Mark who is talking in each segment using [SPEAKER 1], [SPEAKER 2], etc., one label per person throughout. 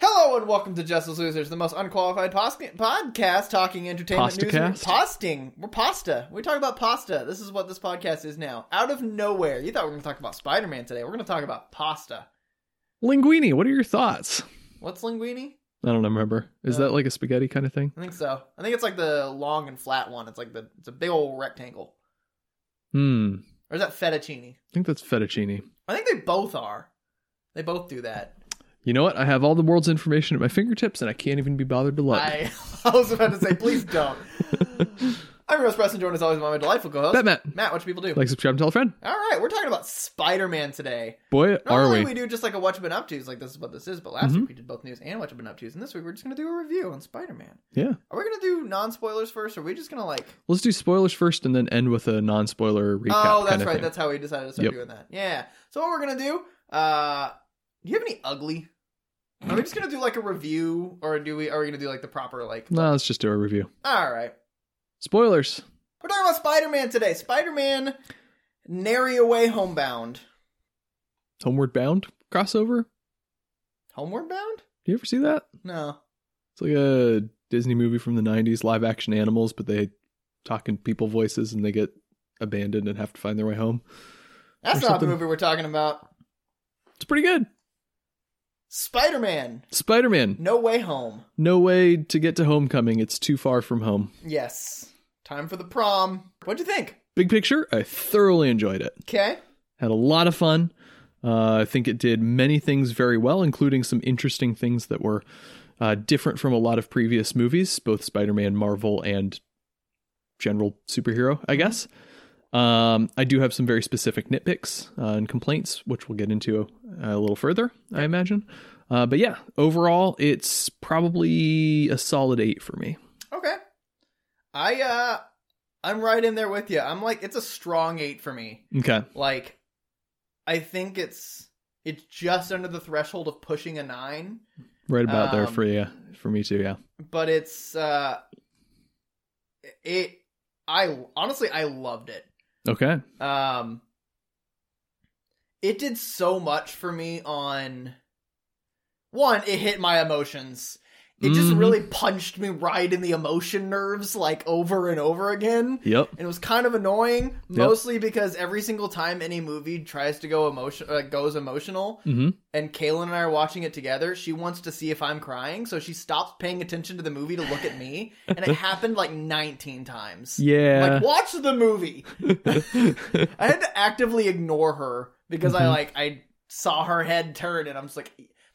[SPEAKER 1] Hello and welcome to Justice Losers, the most unqualified pos- podcast talking entertainment news. and-
[SPEAKER 2] Postacast?
[SPEAKER 1] Posting. We're pasta. We talk about pasta. This is what this podcast is now. Out of nowhere. You thought we were going to talk about Spider Man today. We're going to talk about pasta.
[SPEAKER 2] Linguini, what are your thoughts?
[SPEAKER 1] What's linguine?
[SPEAKER 2] I don't remember. Is
[SPEAKER 1] Uh,
[SPEAKER 2] that like a spaghetti kind of thing?
[SPEAKER 1] I think so. I think it's like the long and flat one. It's like the it's a big old rectangle.
[SPEAKER 2] Hmm.
[SPEAKER 1] Or is that fettuccine?
[SPEAKER 2] I think that's fettuccine.
[SPEAKER 1] I think they both are. They both do that.
[SPEAKER 2] You know what? I have all the world's information at my fingertips and I can't even be bothered to look.
[SPEAKER 1] I, I was about to say, please don't. I'm Russ Preston, joined as always by my delightful co-host
[SPEAKER 2] Bet Matt.
[SPEAKER 1] Matt. What should people do?
[SPEAKER 2] Like, subscribe, tell a friend.
[SPEAKER 1] All right, we're talking about Spider-Man today.
[SPEAKER 2] Boy, are
[SPEAKER 1] Normally
[SPEAKER 2] we.
[SPEAKER 1] we? do just like a what you been up to, like this is what this is. But last
[SPEAKER 2] Mhm.
[SPEAKER 1] week we did both news and what you been up to, and this week we're just gonna do a review on Spider-Man.
[SPEAKER 2] Yeah.
[SPEAKER 1] Are we gonna do non-spoilers first, or are we just gonna like?
[SPEAKER 2] Let's do spoilers first and then end with a non spoiler recap.
[SPEAKER 1] oh,
[SPEAKER 2] kind
[SPEAKER 1] that's
[SPEAKER 2] of
[SPEAKER 1] right.
[SPEAKER 2] thing.
[SPEAKER 1] That's how we decided to start
[SPEAKER 2] Yep.
[SPEAKER 1] doing that. Yeah. So what we're gonna do? Uh, do you have any ugly? Are we just gonna do like a review, or do we? Are we gonna do like the proper like?
[SPEAKER 2] No, let's just do a review.
[SPEAKER 1] All right.
[SPEAKER 2] Spoilers.
[SPEAKER 1] We're talking about Spider Man today. Spider Man Nary Away Homebound.
[SPEAKER 2] Homeward Bound crossover.
[SPEAKER 1] Homeward Bound?
[SPEAKER 2] Do you ever see that?
[SPEAKER 1] No.
[SPEAKER 2] It's like a Disney movie from the 90s, live action animals, but they talk in people voices and they get abandoned and have to find their way home.
[SPEAKER 1] That's not
[SPEAKER 2] Or
[SPEAKER 1] the
[SPEAKER 2] something.
[SPEAKER 1] movie we're talking about.
[SPEAKER 2] It's pretty good.
[SPEAKER 1] Spider Man
[SPEAKER 2] Spider Man.
[SPEAKER 1] No Way Home.
[SPEAKER 2] No way to get to homecoming. It's too far from home.
[SPEAKER 1] Yes. Time for the prom. What'd you think?
[SPEAKER 2] Big picture, I thoroughly enjoyed it.
[SPEAKER 1] Okay.
[SPEAKER 2] Had a lot of fun. Uh, I think it did many things very well, including some interesting things that were uh, different from a lot of previous movies, both Spider Man, Marvel, and general superhero, I guess. Um, I do have some very specific nitpicks uh, and complaints, which we'll get into a little further, I imagine. Uh, but yeah, overall, it's probably a solid eight for me.
[SPEAKER 1] Okay. I, uh, I'm right in there with you. I'm like, it's a strong eight for me.
[SPEAKER 2] Okay.
[SPEAKER 1] Like, I think it's, it's just under the threshold of pushing a nine.
[SPEAKER 2] Right about there
[SPEAKER 1] Um,
[SPEAKER 2] for you, for me too. Yeah,
[SPEAKER 1] but it's uh it i honestly i loved it
[SPEAKER 2] okay.
[SPEAKER 1] um it did so much for me on one it hit my emotions it just
[SPEAKER 2] Mhm.
[SPEAKER 1] really punched me right in the emotion nerves like over and over again
[SPEAKER 2] Yep.
[SPEAKER 1] and it was kind of annoying mostly because every single time any movie tries to go emotion uh, goes emotional
[SPEAKER 2] Mm-hmm.
[SPEAKER 1] and Kaylin and I are watching it together, she wants to see if I'm crying, so she stops paying attention to the movie to look at me, and it happened like 19 times.
[SPEAKER 2] Yeah.
[SPEAKER 1] Like, watch the movie. I had to actively ignore her because I
[SPEAKER 2] Mhm.
[SPEAKER 1] like I saw her head turn, and I'm just like,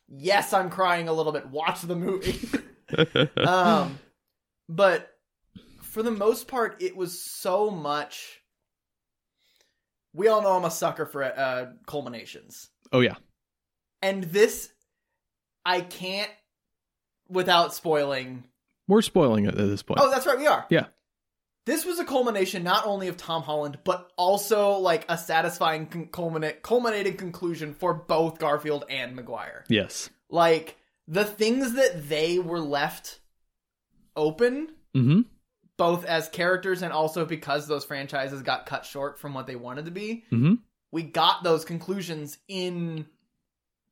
[SPEAKER 1] yes, I'm crying a little bit. Watch the movie. um, but for the most part, it was so much. We all know I'm a sucker for uh, culminations
[SPEAKER 2] oh yeah.
[SPEAKER 1] and this i can't without spoiling
[SPEAKER 2] We're spoiling it at this point.
[SPEAKER 1] oh that's right we are
[SPEAKER 2] Yeah.
[SPEAKER 1] this was a culmination not only of tom holland but also like a satisfying con- culminate culminating conclusion for both garfield and maguire
[SPEAKER 2] yes.
[SPEAKER 1] like the things that they were left open
[SPEAKER 2] Mm-hmm.
[SPEAKER 1] both as characters and also because those franchises got cut short from what they wanted to be
[SPEAKER 2] Mm-hmm.
[SPEAKER 1] we got those conclusions in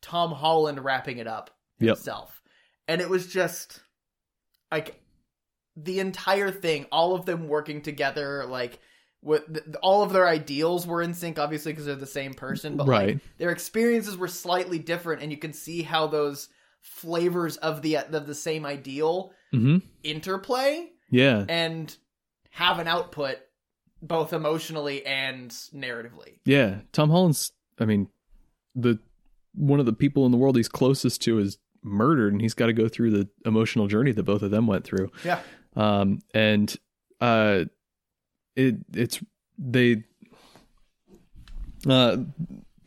[SPEAKER 1] Tom Holland wrapping it up
[SPEAKER 2] Yep.
[SPEAKER 1] himself. And it was just like the entire thing, all of them working together, like with th- all of their ideals were in sync, obviously, because they're the same person, but like,
[SPEAKER 2] Right.
[SPEAKER 1] their experiences were slightly different, and you can see how those flavors of the of the same ideal
[SPEAKER 2] Mm-hmm.
[SPEAKER 1] interplay
[SPEAKER 2] Yeah.
[SPEAKER 1] and have an output both emotionally and narratively.
[SPEAKER 2] Yeah. Tom Holland's. I mean, the one of the people in the world he's closest to is murdered, and he's got to go through the emotional journey that both of them went through.
[SPEAKER 1] Yeah.
[SPEAKER 2] Um. And uh, it it's they. Uh,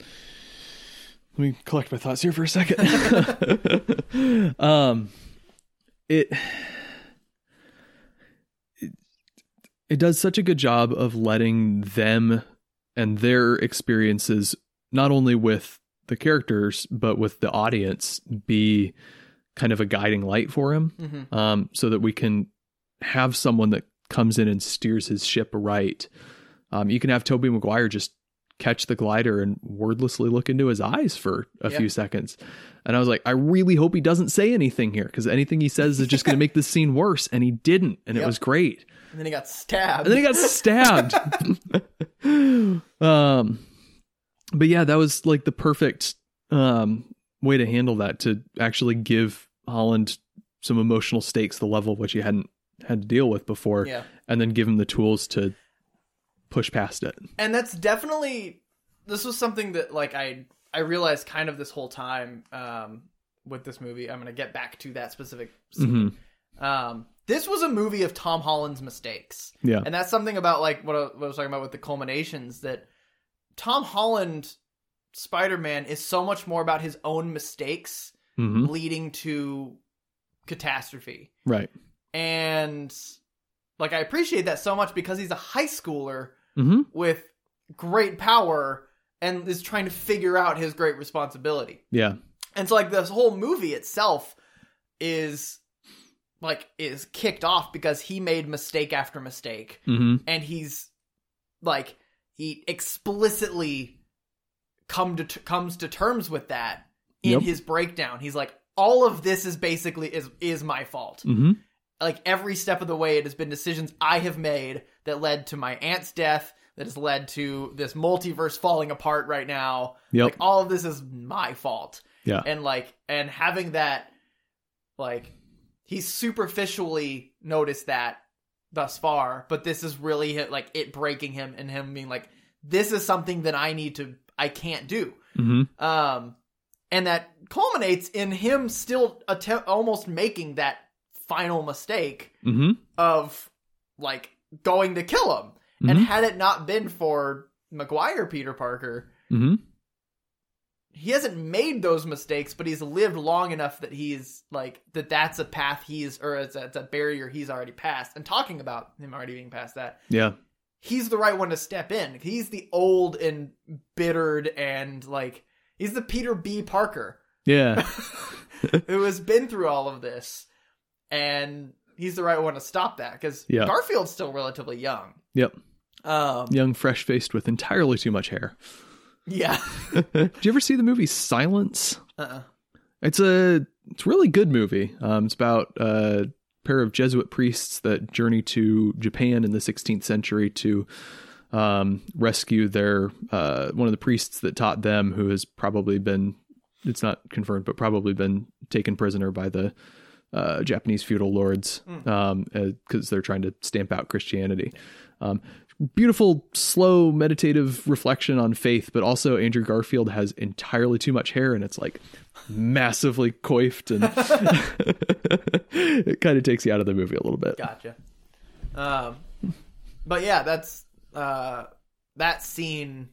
[SPEAKER 2] let me collect my thoughts here for a second. um, it, it it does such a good job of letting them and their experiences, not only with the characters but with the audience, be kind of a guiding light for him
[SPEAKER 1] Mm-hmm.
[SPEAKER 2] um, so that we can have someone that comes in and steers his ship right. Um, you can have Toby Maguire just catch the glider and wordlessly look into his eyes for a
[SPEAKER 1] Yeah.
[SPEAKER 2] few seconds. And I was like, I really hope he doesn't say anything here because anything he says is just going to make this scene worse. And he didn't. And it
[SPEAKER 1] Yep.
[SPEAKER 2] was great.
[SPEAKER 1] And then he got stabbed.
[SPEAKER 2] And then he got stabbed. um, but yeah, that was like the perfect um, way to handle that to actually give Holland some emotional stakes, the level of which he hadn't had to deal with before,
[SPEAKER 1] yeah.
[SPEAKER 2] and then give him the tools to push past it.
[SPEAKER 1] and that's definitely this was something that like i i realized kind of this whole time um with this movie i'm gonna get back to that specific scene.
[SPEAKER 2] hmm
[SPEAKER 1] um this was a movie of tom holland's mistakes
[SPEAKER 2] Yeah.
[SPEAKER 1] and that's something about like what I, what I was talking about with the culminations that tom holland spider-man is so much more about his own mistakes
[SPEAKER 2] hmm
[SPEAKER 1] leading to catastrophe
[SPEAKER 2] Right.
[SPEAKER 1] and like i appreciate that so much because he's a high schooler
[SPEAKER 2] hmm
[SPEAKER 1] with great power and is trying to figure out his great responsibility.
[SPEAKER 2] Yeah.
[SPEAKER 1] And so like this whole movie itself is like is kicked off because he made mistake after mistake
[SPEAKER 2] hmm
[SPEAKER 1] and he's like he explicitly come to comes to terms with that in
[SPEAKER 2] Yep.
[SPEAKER 1] his breakdown. He's like all of this is basically is is my fault
[SPEAKER 2] hmm
[SPEAKER 1] like every step of the way it has been decisions i have made that led to my aunt's death that has led to this multiverse falling apart right now
[SPEAKER 2] Yep.
[SPEAKER 1] like all of this is my fault
[SPEAKER 2] Yeah.
[SPEAKER 1] and like and having that like he superficially noticed that thus far but this is really hit, like it breaking him and him being like this is something that i need to i can't do
[SPEAKER 2] hmm
[SPEAKER 1] um, and that culminates in him still attempt almost making that final mistake
[SPEAKER 2] hmm
[SPEAKER 1] of like going to kill him.
[SPEAKER 2] Mm-hmm.
[SPEAKER 1] And had it not been for McGuire Peter Parker,
[SPEAKER 2] hmm
[SPEAKER 1] he hasn't made those mistakes, but he's lived long enough that he's like that. That's a path he's or it's a, it's a barrier he's already passed. And talking about him already being past that,
[SPEAKER 2] Yeah.
[SPEAKER 1] he's the right one to step in. He's the old and bittered and like he's the Peter B. Parker.
[SPEAKER 2] Yeah.
[SPEAKER 1] who has been through all of this, and he's the right one to stop that because
[SPEAKER 2] Yeah.
[SPEAKER 1] Garfield's still relatively young.
[SPEAKER 2] Yep.
[SPEAKER 1] Um.
[SPEAKER 2] Young, fresh faced with entirely too much hair.
[SPEAKER 1] Yeah.
[SPEAKER 2] Do you ever see the movie Silence?
[SPEAKER 1] Uh-uh.
[SPEAKER 2] It's a it's a really good movie. Um, it's about a pair of Jesuit priests that journey to Japan in the 16th century to um, rescue their uh, one of the priests that taught them, who has probably been it's not confirmed, but probably been taken prisoner by the uh, Japanese feudal lords because
[SPEAKER 1] Mm.
[SPEAKER 2] they're trying to stamp out Christianity. Um, beautiful, slow, meditative reflection on faith, but also Andrew Garfield has entirely too much hair and it's like massively coiffed and it kind of takes you out of the movie a little bit.
[SPEAKER 1] Gotcha. Um. But yeah, that's uh that scene.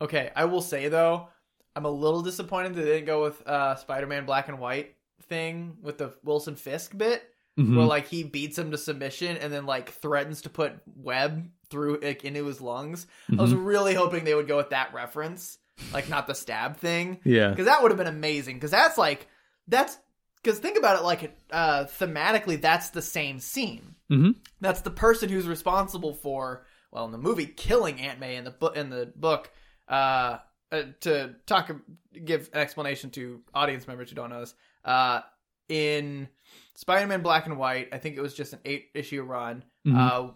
[SPEAKER 1] Okay, I will say though, I'm a little disappointed they didn't go with uh Spider-Man Black and White thing with the Wilson Fisk bit.
[SPEAKER 2] Mhm.
[SPEAKER 1] where like he beats him to submission and then like threatens to put web through like, into his lungs. I was really hoping they would go with that reference, like not the stab thing,
[SPEAKER 2] Mm-hmm. yeah.
[SPEAKER 1] because that would have been amazing. Because that's like that's because think about it like uh, thematically, that's the same scene.
[SPEAKER 2] Mhm.
[SPEAKER 1] That's the person who's responsible for well in the movie killing Aunt May in the book in the book. Uh, uh, to talk give an explanation to audience members who don't know this. Uh, in Spider-Man Black and White, I think it was just an eight issue run.
[SPEAKER 2] Mhm.
[SPEAKER 1] Uh,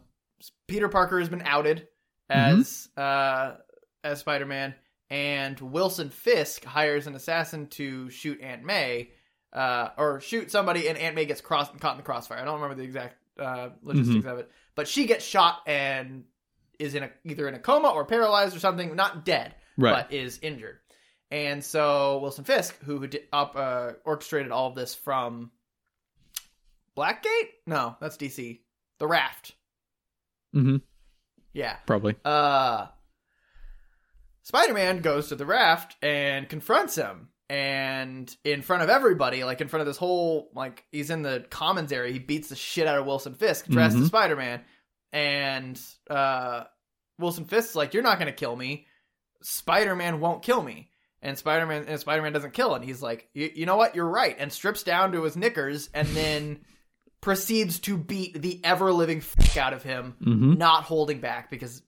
[SPEAKER 1] Peter Parker has been outed as uh, as Spider-Man, and Wilson Fisk hires an assassin to shoot Aunt May, uh, or shoot somebody, and Aunt May gets cross- caught in the crossfire. I don't remember the exact uh, logistics of it, but she gets shot and is in a, either in a coma or paralyzed or something, not dead
[SPEAKER 2] right.
[SPEAKER 1] but is injured. And so Wilson Fisk, who did up, uh, orchestrated all of this from Blackgate? No, that's DC. The Raft.
[SPEAKER 2] hmm
[SPEAKER 1] Yeah.
[SPEAKER 2] Probably.
[SPEAKER 1] Uh, Spider Man goes to the raft and confronts him. And in front of everybody, like in front of this whole, like he's in the commons area, he beats the shit out of Wilson Fisk dressed
[SPEAKER 2] Mhm.
[SPEAKER 1] as Spider Man. And uh, Wilson Fisk's like, You're not going to kill me. Spider Man won't kill me. And Spider Man and Spider Man doesn't kill. And he's like, "Y- You know what? You're right. And strips down to his knickers and then proceeds to beat the ever living fuck out of him
[SPEAKER 2] hmm
[SPEAKER 1] not holding back because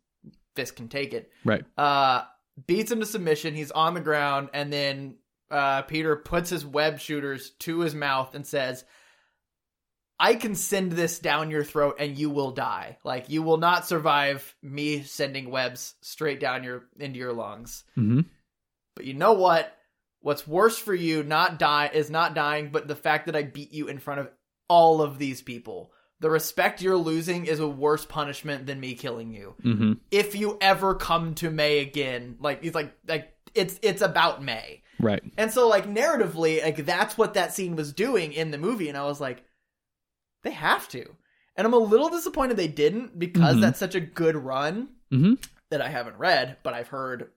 [SPEAKER 1] Fisk can take it.
[SPEAKER 2] Right.
[SPEAKER 1] Uh, beats him to submission. He's on the ground, and then uh, Peter puts his web shooters to his mouth and says, "I can send this down your throat, and you will die. Like you will not survive me sending webs straight down your into your lungs."
[SPEAKER 2] Mm-hmm.
[SPEAKER 1] But you know what? What's worse for you not die is not dying, but the fact that I beat you in front of all of these people. The respect you're losing is a worse punishment than me killing you.
[SPEAKER 2] Mm-hmm.
[SPEAKER 1] If you ever come to May again, like he's like like it's it's about May.
[SPEAKER 2] Right.
[SPEAKER 1] And so like narratively, like that's what that scene was doing in the movie and I was like they have to. And I'm a little disappointed they didn't because
[SPEAKER 2] Mhm.
[SPEAKER 1] that's such a good run
[SPEAKER 2] Mm-hmm.
[SPEAKER 1] that I haven't read, but I've heard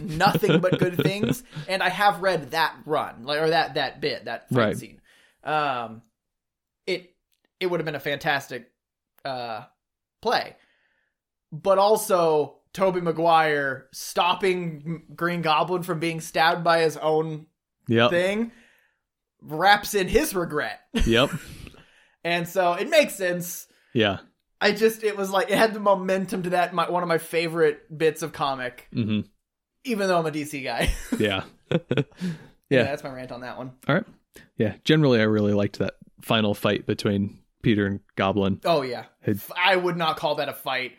[SPEAKER 1] nothing but good things, and I have read that run, like or that that bit, that fight
[SPEAKER 2] Right.
[SPEAKER 1] scene. Um, it it would have been a fantastic uh play, but also Toby Maguire stopping Green Goblin from being stabbed by his own
[SPEAKER 2] Yep.
[SPEAKER 1] thing wraps in his regret,
[SPEAKER 2] yep.
[SPEAKER 1] and so it makes sense.
[SPEAKER 2] Yeah.
[SPEAKER 1] I just it was like it had the momentum to that my, one of my favorite bits of comic,
[SPEAKER 2] Mm-hmm.
[SPEAKER 1] even though I'm a DC guy.
[SPEAKER 2] Yeah.
[SPEAKER 1] yeah.
[SPEAKER 2] Yeah.
[SPEAKER 1] that's my rant on that one.
[SPEAKER 2] All right. Yeah. Generally, I really liked that final fight between Peter and Goblin.
[SPEAKER 1] Oh yeah,
[SPEAKER 2] It-
[SPEAKER 1] F- I would not call that a fight.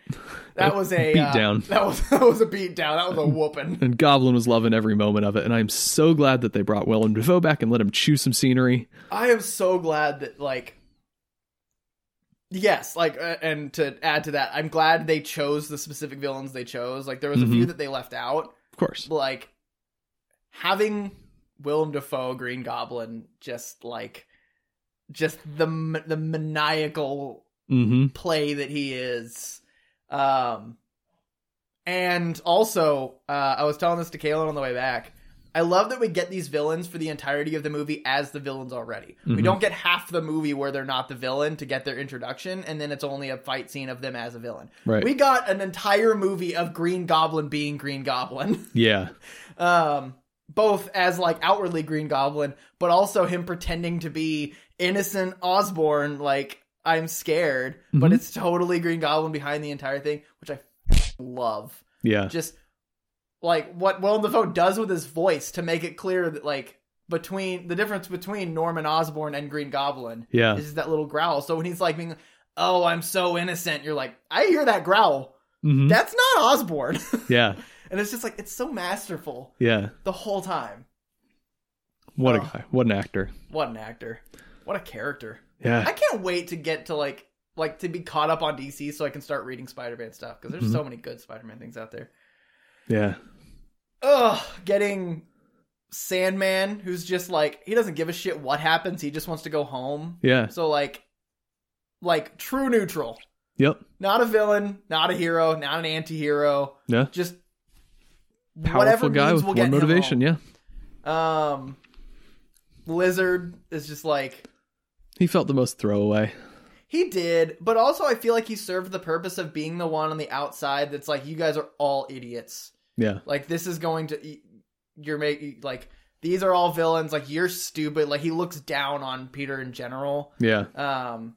[SPEAKER 1] That was a
[SPEAKER 2] Beat
[SPEAKER 1] uh,
[SPEAKER 2] down.
[SPEAKER 1] that was that was a beat down. That was a whooping.
[SPEAKER 2] And Goblin was loving every moment of it. And I'm so glad that they brought Willem Dafoe back and let him chew some scenery.
[SPEAKER 1] I am so glad that like. Yes, like, uh, and to add to that, I'm glad they chose the specific villains they chose. Like, there was a few
[SPEAKER 2] Mm-hmm.
[SPEAKER 1] that they left out.
[SPEAKER 2] Of course.
[SPEAKER 1] like having Willem Dafoe Green Goblin just like just the m- the maniacal
[SPEAKER 2] Mm-hmm.
[SPEAKER 1] play that he is um and also uh I was telling this to Kalen on the way back I love that we get these villains for the entirety of the movie as the villains already. We
[SPEAKER 2] Mhm.
[SPEAKER 1] don't get half the movie where they're not the villain to get their introduction and then it's only a fight scene of them as a villain.
[SPEAKER 2] Right.
[SPEAKER 1] We got an entire movie of Green Goblin being Green Goblin
[SPEAKER 2] yeah.
[SPEAKER 1] um both as like outwardly green goblin but also him pretending to be innocent osborne like i'm scared but
[SPEAKER 2] Mhm.
[SPEAKER 1] it's totally green goblin behind the entire thing which i love
[SPEAKER 2] Yeah.
[SPEAKER 1] just like what willem dafoe does with his voice to make it clear that like between the difference between norman osborn and green goblin
[SPEAKER 2] Yeah.
[SPEAKER 1] is just that little growl so when he's like being oh i'm so innocent you're like i hear that growl
[SPEAKER 2] Mm-hmm.
[SPEAKER 1] that's not osborn
[SPEAKER 2] Yeah.
[SPEAKER 1] and it's just like it's so masterful
[SPEAKER 2] Yeah.
[SPEAKER 1] the whole time
[SPEAKER 2] What
[SPEAKER 1] Oh.
[SPEAKER 2] a guy. What an actor.
[SPEAKER 1] What an actor. What a character.
[SPEAKER 2] Yeah.
[SPEAKER 1] I can't wait to get to like like to be caught up on DC so I can start reading Spider-Man stuff because there's
[SPEAKER 2] Mm-hmm.
[SPEAKER 1] so many good Spider-Man things out there.
[SPEAKER 2] Yeah.
[SPEAKER 1] Ugh, getting Sandman who's just like he doesn't give a shit what happens, he just wants to go home.
[SPEAKER 2] Yeah.
[SPEAKER 1] So like like true neutral.
[SPEAKER 2] Yep.
[SPEAKER 1] Not a villain, not a hero, not an anti-hero.
[SPEAKER 2] Yeah.
[SPEAKER 1] Just whatever
[SPEAKER 2] Powerful guy
[SPEAKER 1] means
[SPEAKER 2] with
[SPEAKER 1] will
[SPEAKER 2] one
[SPEAKER 1] get him
[SPEAKER 2] motivation.
[SPEAKER 1] home.
[SPEAKER 2] Yeah.
[SPEAKER 1] Um Lizard is just like
[SPEAKER 2] He felt the most throwaway.
[SPEAKER 1] He did, but also I feel like he served the purpose of being the one on the outside that's like, you guys are all idiots.
[SPEAKER 2] Yeah.
[SPEAKER 1] Like this is going to, e-, you're making like these are all villains. Like you're stupid. Like he looks down on Peter in general,
[SPEAKER 2] Yeah.
[SPEAKER 1] um,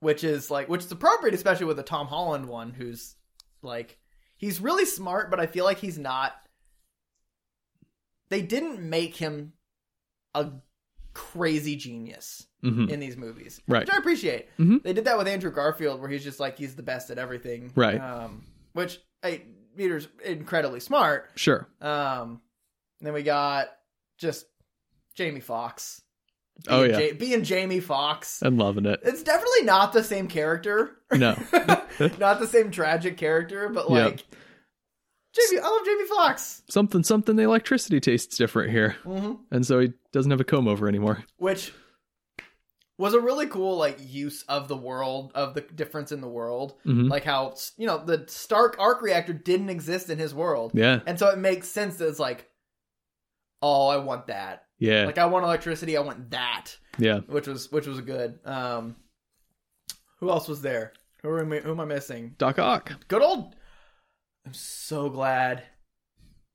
[SPEAKER 1] which is like which is appropriate, especially with the Tom Holland one, who's like he's really smart, but I feel like he's not. They didn't make him a crazy genius
[SPEAKER 2] Mm-hmm.
[SPEAKER 1] in these movies,
[SPEAKER 2] Right.
[SPEAKER 1] which I appreciate.
[SPEAKER 2] Mhm.
[SPEAKER 1] They did that with Andrew Garfield, where he's just like he's the best at everything,
[SPEAKER 2] Right.
[SPEAKER 1] Um, which I, Peter's incredibly smart.
[SPEAKER 2] Sure.
[SPEAKER 1] Um, and then we got just Jamie Fox.
[SPEAKER 2] Oh, yeah.
[SPEAKER 1] being Jamie Fox.
[SPEAKER 2] I'm loving it.
[SPEAKER 1] It's definitely not the same character,
[SPEAKER 2] No.
[SPEAKER 1] not the same tragic character, but
[SPEAKER 2] Yeah.
[SPEAKER 1] like Jamie, I love Jamie Fox.
[SPEAKER 2] Something, something, the electricity tastes different here.
[SPEAKER 1] hmm
[SPEAKER 2] And so he doesn't have a comb over anymore.
[SPEAKER 1] which was a really cool like use of the world of the difference in the world
[SPEAKER 2] Mhm.
[SPEAKER 1] like how you know the stark arc reactor didn't exist in his world
[SPEAKER 2] Yeah.
[SPEAKER 1] and so it makes sense that it's like oh i want that
[SPEAKER 2] Yeah.
[SPEAKER 1] like i want electricity i want that
[SPEAKER 2] yeah.
[SPEAKER 1] which was which was good um who else was there who am I, who am I missing
[SPEAKER 2] Doc Ock.
[SPEAKER 1] good old i'm so glad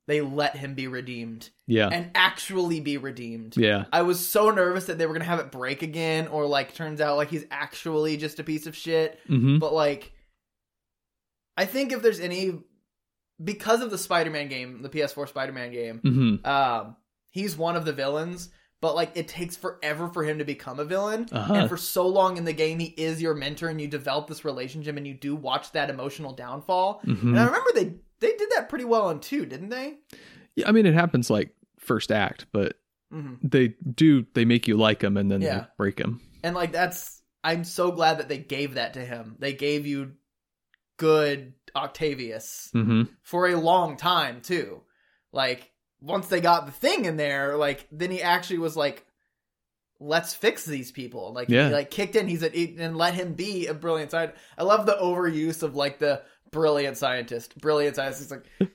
[SPEAKER 1] they let him be redeemed
[SPEAKER 2] Yeah.
[SPEAKER 1] and actually be redeemed
[SPEAKER 2] yeah.
[SPEAKER 1] I was so nervous that they were gonna have it break again, or like turns out like he's actually just a piece of shit.
[SPEAKER 2] Mm-hmm.
[SPEAKER 1] But like, I think if there's any, because of the Spider-Man game, the PS4 Spider-Man game,
[SPEAKER 2] hmm
[SPEAKER 1] um, he's one of the villains. But like, it takes forever for him to become a villain,
[SPEAKER 2] Uh-huh.
[SPEAKER 1] and for so long in the game, he is your mentor, and you develop this relationship, and you do watch that emotional downfall.
[SPEAKER 2] Mhm.
[SPEAKER 1] And I remember they they did that pretty well in two, didn't they?
[SPEAKER 2] Yeah, I mean, it happens like first act, but
[SPEAKER 1] hmm
[SPEAKER 2] they do they make you like him and then they
[SPEAKER 1] Yeah.
[SPEAKER 2] break him.
[SPEAKER 1] And like that's I'm so glad that they gave that to him. They gave you good Octavius
[SPEAKER 2] hmm
[SPEAKER 1] for a long time too. Like once they got the thing in there, like then he actually was like let's fix these people. Like
[SPEAKER 2] Yeah.
[SPEAKER 1] he like kicked in he's a, and let him be a brilliant scientist. I love the overuse of like the brilliant scientist. Brilliant scientist. It's like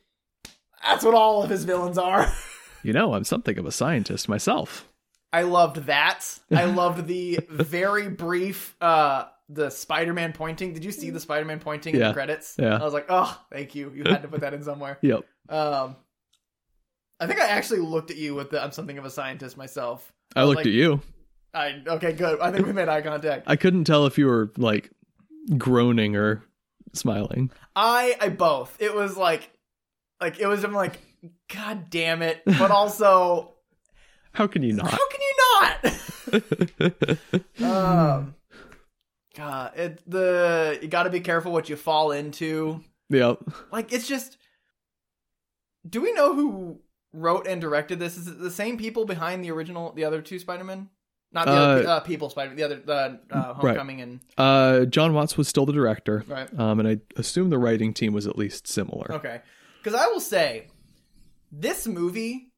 [SPEAKER 1] that's what all of his villains are.
[SPEAKER 2] You know, I'm something of a scientist myself.
[SPEAKER 1] I loved that. I loved the very brief uh the Spider-Man pointing. Did you see the Spider-Man pointing in
[SPEAKER 2] Yeah.
[SPEAKER 1] the credits?
[SPEAKER 2] Yeah.
[SPEAKER 1] I was like, "Oh, thank you. You had to put that in somewhere."
[SPEAKER 2] Yep.
[SPEAKER 1] Um I think I actually looked at you with the I'm something of a scientist myself.
[SPEAKER 2] I looked
[SPEAKER 1] like-
[SPEAKER 2] at you.
[SPEAKER 1] I okay, good. I think we made eye contact.
[SPEAKER 2] I couldn't tell if you were like groaning or smiling.
[SPEAKER 1] I I both. It was like like it was I'm like god damn it, but also
[SPEAKER 2] How can you not?
[SPEAKER 1] how can you not? Um, God, it the you got to be careful what you fall into.
[SPEAKER 2] yep.
[SPEAKER 1] Like it's just. Do we know who wrote and directed this? Is it the same people behind the original, the other two Spider Men? Not the other
[SPEAKER 2] Uh,
[SPEAKER 1] uh, people Spider, the other the uh, Homecoming and
[SPEAKER 2] Uh, John Watts was still the director,
[SPEAKER 1] right.
[SPEAKER 2] um, and I assume the writing team was at least similar.
[SPEAKER 1] Okay, because I will say, this movie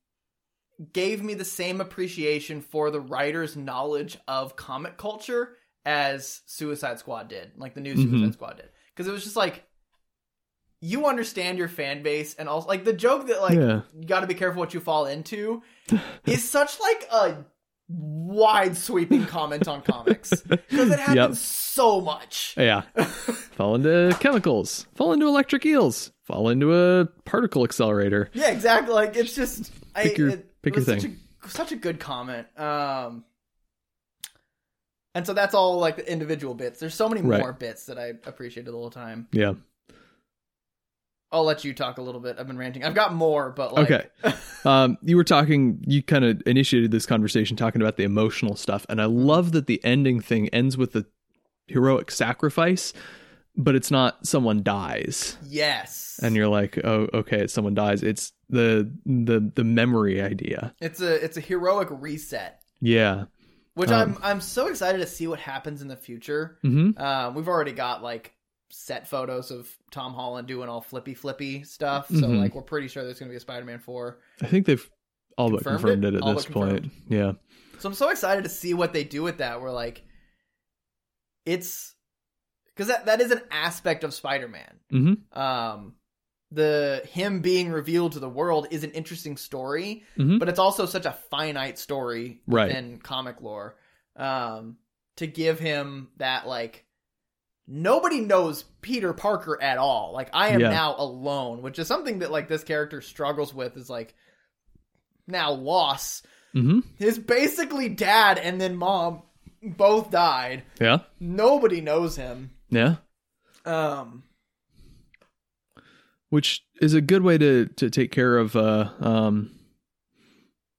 [SPEAKER 1] gave me the same appreciation for the writer's knowledge of comic culture as Suicide Squad did, like the new Suicide
[SPEAKER 2] Mhm.
[SPEAKER 1] Squad did, because it was just like you understand your fan base and also like the joke that like
[SPEAKER 2] Yeah.
[SPEAKER 1] you got to be careful what you fall into is such like a wide sweeping comment on comics because it happens
[SPEAKER 2] Yep.
[SPEAKER 1] so much.
[SPEAKER 2] Yeah. fall into chemicals. Fall into electric eels. Fall into a particle accelerator.
[SPEAKER 1] Yeah, exactly. Like it's just I,
[SPEAKER 2] Pick your-
[SPEAKER 1] it
[SPEAKER 2] pick your
[SPEAKER 1] was Such
[SPEAKER 2] thing.
[SPEAKER 1] a, such a good comment. Um, and so that's all like the individual bits. There's so many
[SPEAKER 2] Right.
[SPEAKER 1] more bits that I appreciated the whole time.
[SPEAKER 2] Yeah.
[SPEAKER 1] I'll let you talk a little bit. I've been ranting. I've got more, but like,
[SPEAKER 2] Okay. Um, you were talking, you kind of initiated this conversation talking about the emotional stuff. And I love that the ending thing ends with the heroic sacrifice, but it's not someone dies.
[SPEAKER 1] yes,
[SPEAKER 2] And you're like, oh, okay, it's someone dies. It's the the the memory idea.
[SPEAKER 1] it's a it's a heroic reset,
[SPEAKER 2] Yeah.
[SPEAKER 1] which
[SPEAKER 2] Um,
[SPEAKER 1] I'm I'm so excited to see what happens in the future.
[SPEAKER 2] Mm-hmm.
[SPEAKER 1] Um, we've already got like set photos of Tom Holland doing all flippy flippy stuff, so
[SPEAKER 2] Mhm.
[SPEAKER 1] like we're pretty sure there's gonna be a Spider-Man four.
[SPEAKER 2] I think they've all but
[SPEAKER 1] Confirmed
[SPEAKER 2] confirmed
[SPEAKER 1] it?
[SPEAKER 2] it, at
[SPEAKER 1] All but
[SPEAKER 2] this point. Yeah.
[SPEAKER 1] So I'm so excited to see what they do with that. Where like, it's because that that is an aspect of Spider-Man.
[SPEAKER 2] hmm
[SPEAKER 1] Um, the him being revealed to the world is an interesting story,
[SPEAKER 2] Mhm.
[SPEAKER 1] but it's also such a finite story
[SPEAKER 2] Right.
[SPEAKER 1] within comic lore. Um, to give him that like. Nobody knows Peter Parker at all. Like I am
[SPEAKER 2] Yeah.
[SPEAKER 1] now alone, which is something that like this character struggles with is like now loss
[SPEAKER 2] hmm
[SPEAKER 1] his basically dad and then mom both died.
[SPEAKER 2] Yeah.
[SPEAKER 1] Nobody knows him.
[SPEAKER 2] Yeah.
[SPEAKER 1] Um,
[SPEAKER 2] Which is a good way to to take care of uh um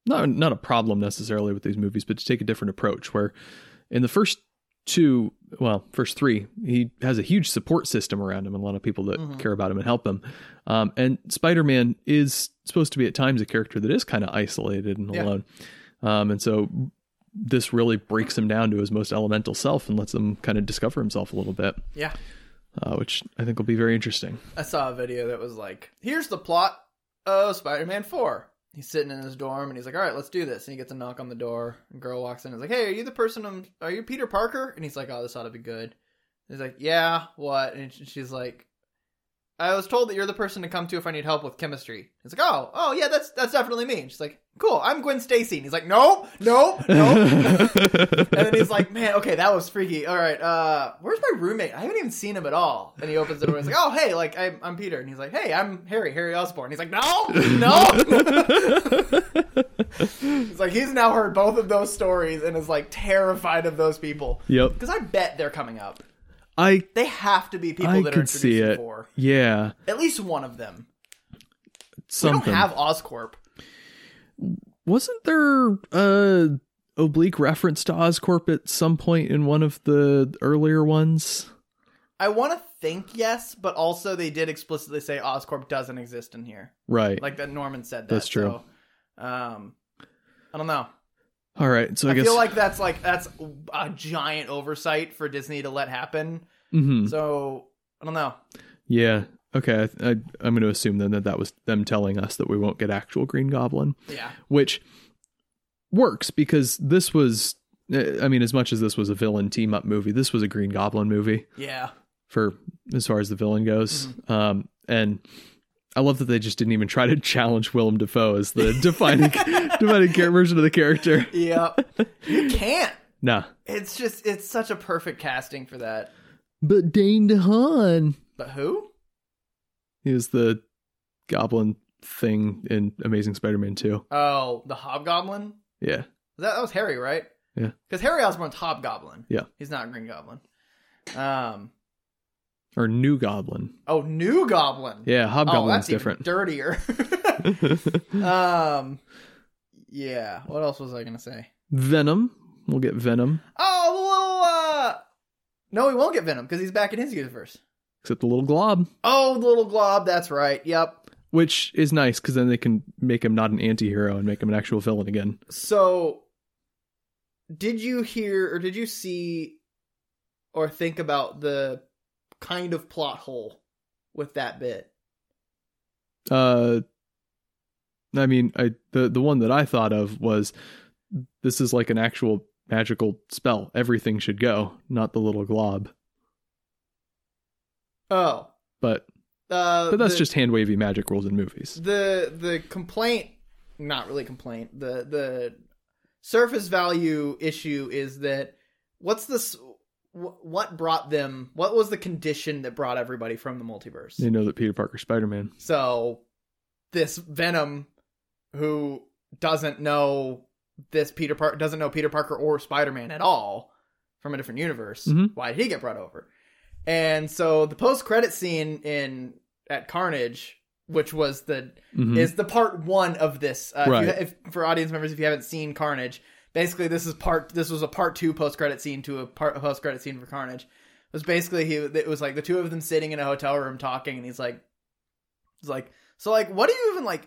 [SPEAKER 2] not not a problem necessarily with these movies, but to take a different approach where in the first two well, first three, he has a huge support system around him and a lot of people that
[SPEAKER 1] Mhm.
[SPEAKER 2] care about him and help him. Um and Spider Man is supposed to be at times a character that is kind of isolated and
[SPEAKER 1] Yeah.
[SPEAKER 2] alone. Um and so this really breaks him down to his most elemental self and lets him kind of discover himself a little bit,
[SPEAKER 1] yeah,
[SPEAKER 2] uh, which I think will be very interesting.
[SPEAKER 1] I saw a video that was like, "Here's the plot of Spider-Man 4." He's sitting in his dorm and he's like, "All right, let's do this." And he gets a knock on the door. A girl walks in and is like, "Hey, are you the person? I'm, are you Peter Parker?" And he's like, "Oh, this ought to be good." He's like, "Yeah, what?" And sh- she's like, "I was told that you're the person to come to if I need help with chemistry." He's like, "Oh, oh yeah, that's that's definitely me." And she's like, "Cool, I'm Gwen Stacy." And he's like, "No, no, no." And then he's like, "Man, okay, that was freaky. All right, uh, where's my roommate? I haven't even seen him at all." And he opens the door. and He's like, "Oh, hey, like I'm, I'm Peter." And he's like, "Hey, I'm Harry, Harry Osborn." He's like, "No, no." he's like, he's now heard both of those stories and is like terrified of those people
[SPEAKER 2] yep.
[SPEAKER 1] because I bet they're coming up.
[SPEAKER 2] I
[SPEAKER 1] They have to be people
[SPEAKER 2] I
[SPEAKER 1] that are
[SPEAKER 2] could see
[SPEAKER 1] introduced
[SPEAKER 2] it.
[SPEAKER 1] before.
[SPEAKER 2] yeah,
[SPEAKER 1] At least one of them.
[SPEAKER 2] something.
[SPEAKER 1] We don't have Oscorp.
[SPEAKER 2] Wasn't there a oblique reference to Oscorp at some point in one of the earlier ones?
[SPEAKER 1] I want to think yes, but also they did explicitly say Oscorp doesn't exist in here.
[SPEAKER 2] Right.
[SPEAKER 1] Like that Norman said that.
[SPEAKER 2] That's true.
[SPEAKER 1] so, um, I don't know.
[SPEAKER 2] All right. So I,
[SPEAKER 1] I,
[SPEAKER 2] guess.
[SPEAKER 1] feel like that's like that's a giant oversight for Disney to let happen.
[SPEAKER 2] Mhm.
[SPEAKER 1] So I don't know.
[SPEAKER 2] Yeah. Okay. I, I, I'm going to assume then that that was them telling us that we won't get actual Green Goblin,
[SPEAKER 1] Yeah,
[SPEAKER 2] which works because this was, uh, I mean, as much as this was a villain team up movie, this was a Green Goblin movie
[SPEAKER 1] yeah,
[SPEAKER 2] for as far as the villain goes. Um, and I love that they just didn't even try to challenge Willem Dafoe as the defining defining char- version of the character.
[SPEAKER 1] yeah. you can't.
[SPEAKER 2] Nah.
[SPEAKER 1] It's just it's such a perfect casting for that.
[SPEAKER 2] But Dane DeHaan
[SPEAKER 1] But who?
[SPEAKER 2] he was the goblin thing in Amazing Spider-Man 2.
[SPEAKER 1] Oh, the Hobgoblin.
[SPEAKER 2] Yeah.
[SPEAKER 1] That, that was Harry, right?
[SPEAKER 2] Yeah.
[SPEAKER 1] Because Harry Osborn's Hobgoblin.
[SPEAKER 2] Yeah.
[SPEAKER 1] he's not Green Goblin. Um.
[SPEAKER 2] Or New Goblin.
[SPEAKER 1] Oh, New Goblin.
[SPEAKER 2] Yeah,
[SPEAKER 1] oh,
[SPEAKER 2] Hobgoblin's
[SPEAKER 1] that's
[SPEAKER 2] different.
[SPEAKER 1] Even dirtier. um. Yeah. What else was I gonna say?
[SPEAKER 2] Venom. We'll get Venom,
[SPEAKER 1] Oh, the little. Uh... No, he won't get Venom because he's back in his universe.
[SPEAKER 2] except the little glob,
[SPEAKER 1] Oh, the little glob. That's right. Yep.
[SPEAKER 2] which is nice because then they can make him not an anti-hero and make him an actual villain again.
[SPEAKER 1] So, did you hear or did you see or think about the kind of plot hole with that bit?
[SPEAKER 2] Uh, I mean, I the the one that I thought of was this is like an actual magical spell. Everything should go, not the little glob.
[SPEAKER 1] Oh,
[SPEAKER 2] But
[SPEAKER 1] uh,
[SPEAKER 2] but that's
[SPEAKER 1] the-
[SPEAKER 2] just hand wavy magic rules in movies.
[SPEAKER 1] the the complaint not really complaint the the surface value issue is that what's this wh- what brought them what was the condition that brought everybody from the multiverse
[SPEAKER 2] They know that Peter Parker Spider Man.
[SPEAKER 1] so this venom who doesn't know this peter parker doesn't know peter parker or spider-man at all from a different universe
[SPEAKER 2] Mhm.
[SPEAKER 1] why did he get brought over and so the post-credit scene in at carnage which was the
[SPEAKER 2] Mm-hmm.
[SPEAKER 1] is the part one of this. Uh, if you-
[SPEAKER 2] Right.
[SPEAKER 1] if, for audience members, if you haven't seen Carnage, basically this is part. This was a part two post credit scene to a part post credit scene for Carnage. It was basically he. It was like the two of them sitting in a hotel room talking, and he's like, he's like, so like, what do you even like?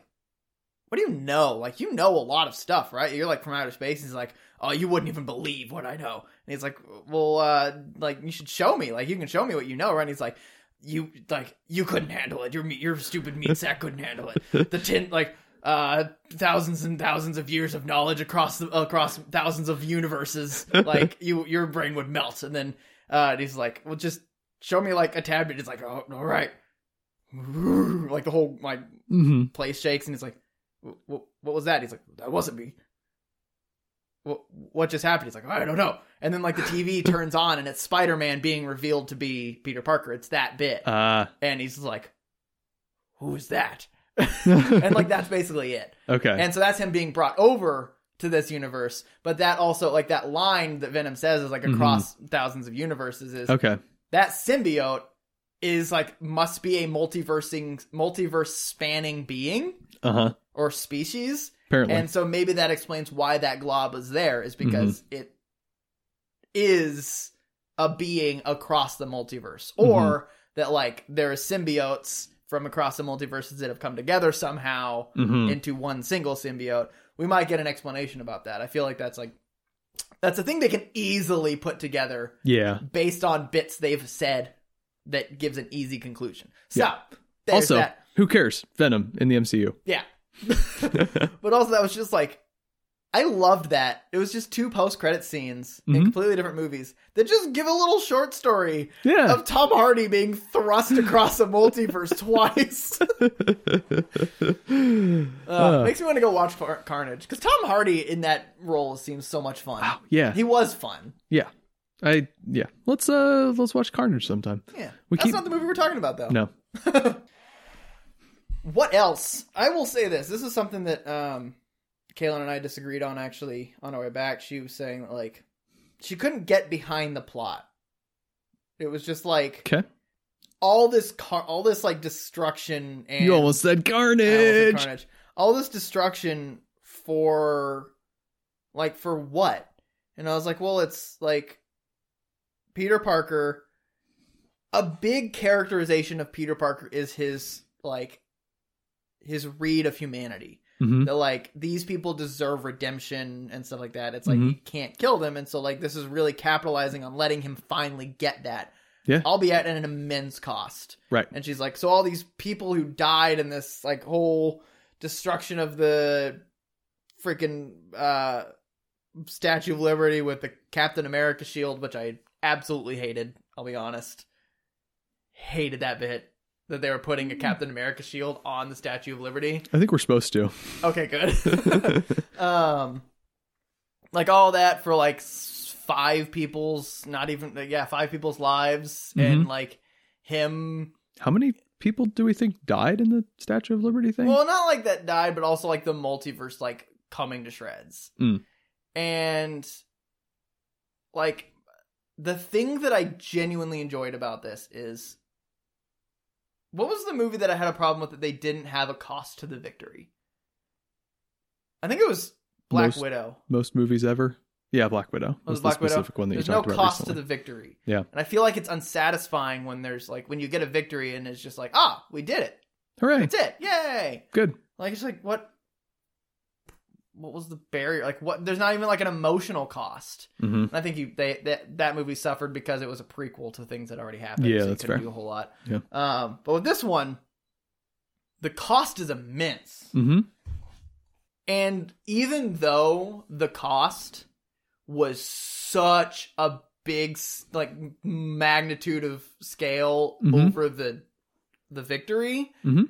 [SPEAKER 1] What do you know? Like, you know a lot of stuff, right? You're like from outer space. And he's like, oh, you wouldn't even believe what I know. And he's like, well, uh, like you should show me. Like, you can show me what you know, right? And he's like. You like you couldn't handle it. Your meat, your stupid meat sack couldn't handle it the tin like uh thousands and thousands of years of knowledge across the, across thousands of universes like you your brain would melt and then uh and he's like well just show me like a tablet it's like oh all right like the whole like
[SPEAKER 2] Mm-hmm.
[SPEAKER 1] place shakes and he's like "Wh- wh- what was that he's like that wasn't me what, what just happened he's like i don't know and then like the tv turns on and it's spider-man being revealed to be peter parker it's that bit
[SPEAKER 2] Uh,
[SPEAKER 1] and he's like who is that and like that's basically it.
[SPEAKER 2] okay.
[SPEAKER 1] And so that's him being brought over to this universe. But that also like that line that Venom says is like
[SPEAKER 2] Mhm.
[SPEAKER 1] across thousands of universes is
[SPEAKER 2] okay.
[SPEAKER 1] that symbiote is like must be a multiversing multiverse spanning being
[SPEAKER 2] Uh huh.
[SPEAKER 1] or species.
[SPEAKER 2] Apparently.
[SPEAKER 1] And so maybe that explains why that glob is there is
[SPEAKER 2] Mm-hmm.
[SPEAKER 1] because it is a being across the multiverse
[SPEAKER 2] Mm-hmm.
[SPEAKER 1] or that like there are symbiotes from across the multiverses that have come together somehow
[SPEAKER 2] Mhm.
[SPEAKER 1] into one single symbiote. We might get an explanation about that. I feel like that's like that's a thing they can easily put together
[SPEAKER 2] Yeah.
[SPEAKER 1] based on bits they've said that gives an easy conclusion. So
[SPEAKER 2] Yeah.
[SPEAKER 1] there's
[SPEAKER 2] also,
[SPEAKER 1] that.
[SPEAKER 2] who cares? Venom in the MCU.
[SPEAKER 1] Yeah. but also that was just like I loved that. It was just two post credit scenes in
[SPEAKER 2] Mhm.
[SPEAKER 1] completely different movies that just give a little short story
[SPEAKER 2] Yeah.
[SPEAKER 1] of Tom Hardy being thrust across a multiverse twice. Uh,
[SPEAKER 2] Uh,
[SPEAKER 1] makes me want to go watch Car- Carnage because Tom Hardy in that role seems so much fun.
[SPEAKER 2] Oh, yeah.
[SPEAKER 1] He was fun.
[SPEAKER 2] Yeah. I yeah. Let's uh let's watch Carnage sometime.
[SPEAKER 1] Yeah,
[SPEAKER 2] We
[SPEAKER 1] that's
[SPEAKER 2] keep-
[SPEAKER 1] not the movie we're talking about though.
[SPEAKER 2] No.
[SPEAKER 1] What else? I will say this. This is something that um, Kaylin and I disagreed on actually on our way back. She was saying that like she couldn't get behind the plot It was just like
[SPEAKER 2] Okay.
[SPEAKER 1] all this car, all this like destruction and
[SPEAKER 2] You almost said
[SPEAKER 1] I almost said
[SPEAKER 2] carnage.
[SPEAKER 1] carnage. all this destruction for like for what? And I was like, well, it's like Peter Parker. A big characterization of Peter Parker is his like his read of humanity
[SPEAKER 2] Mhm.
[SPEAKER 1] that like these people deserve redemption and stuff like that. It's like
[SPEAKER 2] Mhm.
[SPEAKER 1] you can't kill them, and so like this is really capitalizing on letting him finally get that.
[SPEAKER 2] Yeah.
[SPEAKER 1] I'll be at an immense cost.
[SPEAKER 2] Right.
[SPEAKER 1] And she's like, so all these people who died in this like whole destruction of the freaking uh Statue of Liberty with the Captain America shield, which I absolutely hated. I'll be honest, hated that bit that they were putting a
[SPEAKER 2] Mm.
[SPEAKER 1] Captain America shield on the Statue of Liberty.
[SPEAKER 2] I think we're supposed to.
[SPEAKER 1] Okay, good. um, like all that for like s- five people's, not even yeah, five people's lives, and
[SPEAKER 2] Mm-hmm.
[SPEAKER 1] like him.
[SPEAKER 2] How many people do we think died in the Statue of Liberty thing?
[SPEAKER 1] Well, not like that died, but also like the multiverse like coming to shreds,
[SPEAKER 2] Mm.
[SPEAKER 1] and like the thing that I genuinely enjoyed about this is. What was the movie that I had a problem with that they didn't have a cost to the victory? I think it was Black
[SPEAKER 2] Most-
[SPEAKER 1] Widow.
[SPEAKER 2] Most movies ever. Yeah, Black Widow
[SPEAKER 1] was
[SPEAKER 2] was,
[SPEAKER 1] Black
[SPEAKER 2] the
[SPEAKER 1] Widow.
[SPEAKER 2] specific one that
[SPEAKER 1] there's
[SPEAKER 2] you
[SPEAKER 1] no
[SPEAKER 2] talked about
[SPEAKER 1] cost to the
[SPEAKER 2] recently.
[SPEAKER 1] victory.
[SPEAKER 2] Yeah.
[SPEAKER 1] And I feel like it's unsatisfying when there's like when you get a victory and it's just like, ah, we did it.
[SPEAKER 2] Hooray!
[SPEAKER 1] That's it. Yay.
[SPEAKER 2] Good.
[SPEAKER 1] Like it's like what what was the barrier? Like what there's not even like an emotional cost.
[SPEAKER 2] hmm
[SPEAKER 1] And I think you they that that movie suffered because it was a prequel to things that already happened.
[SPEAKER 2] Yeah,
[SPEAKER 1] so you
[SPEAKER 2] that's
[SPEAKER 1] couldn't
[SPEAKER 2] fair.
[SPEAKER 1] do a whole lot.
[SPEAKER 2] Yeah.
[SPEAKER 1] Um but with this one, the cost is immense.
[SPEAKER 2] hmm
[SPEAKER 1] And even though the cost was such a big s- like magnitude of scale
[SPEAKER 2] Mhm.
[SPEAKER 1] over the the victory,
[SPEAKER 2] Mhm.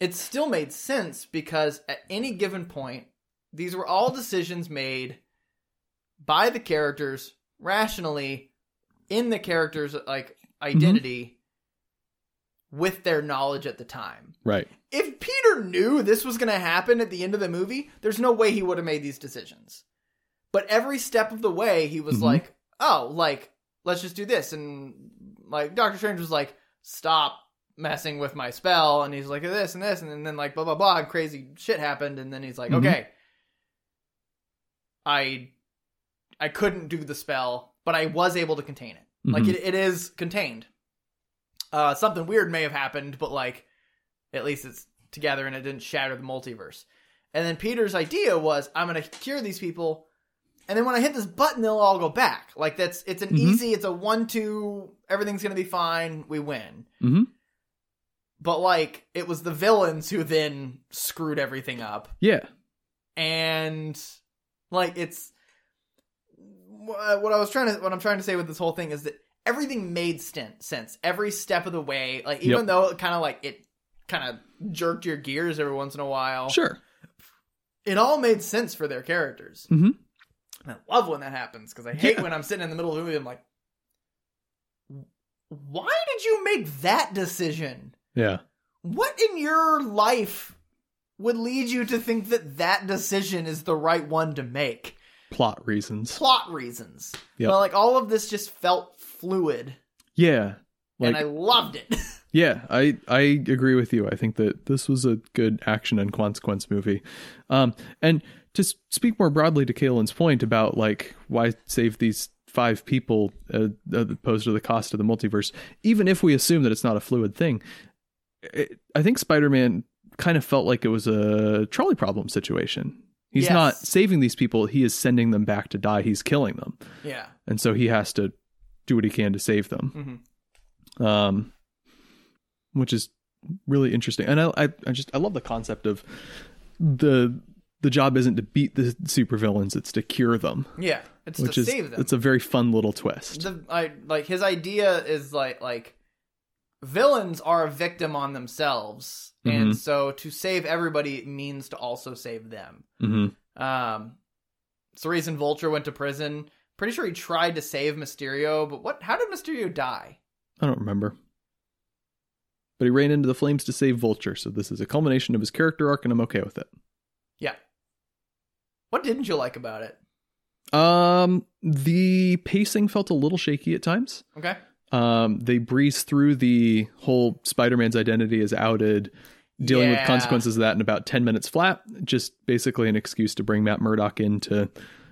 [SPEAKER 1] it still made sense because at any given point, these were all decisions made by the characters rationally in the characters like identity with their knowledge at the time
[SPEAKER 2] Right.
[SPEAKER 1] if Peter knew this was going to happen at the end of the movie, there's no way he would have made these decisions. But every step of the way, he was
[SPEAKER 2] Mhm.
[SPEAKER 1] like, "Oh, like let's just do this," and like Doctor Strange was like, "Stop messing with my spell," and he's like, "This and this," and then like blah blah blah, and crazy shit happened, and then he's like,
[SPEAKER 2] Mhm.
[SPEAKER 1] "Okay, I I couldn't do the spell, but I was able to contain it. Like
[SPEAKER 2] Mhm.
[SPEAKER 1] it, it is contained. Uh, something weird may have happened, but like at least it's together and it didn't shatter the multiverse. And then Peter's idea was, I'm gonna cure these people, and then when I hit this button, they'll all go back. Like that's it's an
[SPEAKER 2] Mhm.
[SPEAKER 1] easy, it's a one-two. Everything's gonna be fine. We win.
[SPEAKER 2] hmm
[SPEAKER 1] But like it was the villains who then screwed everything up
[SPEAKER 2] Yeah.
[SPEAKER 1] and like it's wh- what I was trying to what I'm trying to say with this whole thing is that everything made sten- sense every step of the way. Like even
[SPEAKER 2] Yep.
[SPEAKER 1] though it kind of like it kind of jerked your gears every once in a while,
[SPEAKER 2] Sure.
[SPEAKER 1] it all made sense for their characters.
[SPEAKER 2] Mhm.
[SPEAKER 1] And I love when that happens because I hate
[SPEAKER 2] Yeah.
[SPEAKER 1] when I'm sitting in the middle of the movie. I'm like, why did you make that decision?
[SPEAKER 2] Yeah.
[SPEAKER 1] What in your life would lead you to think that that decision is the right one to make?
[SPEAKER 2] Plot reasons.
[SPEAKER 1] plot reasons.
[SPEAKER 2] Yep.
[SPEAKER 1] But like all of this just felt fluid,
[SPEAKER 2] Yeah. Like
[SPEAKER 1] and I loved it.
[SPEAKER 2] Yeah, I I agree with you. I think that this was a good action and consequence movie. Um, and to s- speak more broadly to Kaelin's point about like why save these five people uh, as opposed to the cost of the multiverse, even if we assume that it's not a fluid thing, it, I think Spider-Man kind of felt like it was a trolley problem situation. He's
[SPEAKER 1] Yes.
[SPEAKER 2] not saving these people; he is sending them back to die. He's killing them,
[SPEAKER 1] yeah,
[SPEAKER 2] and so he has to do what he can to save them
[SPEAKER 1] hmm
[SPEAKER 2] um, which is really interesting. And I, I, I just I love the concept of the the job isn't to beat the supervillains; it's to cure them,
[SPEAKER 1] yeah. It's
[SPEAKER 2] which
[SPEAKER 1] to
[SPEAKER 2] is
[SPEAKER 1] save them.
[SPEAKER 2] it's a very fun little twist.
[SPEAKER 1] the, I, like his idea is like like villains are a victim on themselves,
[SPEAKER 2] Mm-hmm.
[SPEAKER 1] and so to save everybody it means to also save them.
[SPEAKER 2] hmm
[SPEAKER 1] Um, it's the reason Vulture went to prison. Pretty sure he tried to save Mysterio, but what? How did Mysterio die?
[SPEAKER 2] I don't remember. But he ran into the flames to save Vulture, so this is a culmination of his character arc, and I'm okay with it.
[SPEAKER 1] Yeah. What didn't you like about it?
[SPEAKER 2] Um, the pacing felt a little shaky at times.
[SPEAKER 1] Okay.
[SPEAKER 2] Um, they breeze through the whole Spider-Man's identity is outed, dealing
[SPEAKER 1] Yeah.
[SPEAKER 2] with consequences of that in about ten minutes flat. Just basically an excuse to bring Matt Murdock in to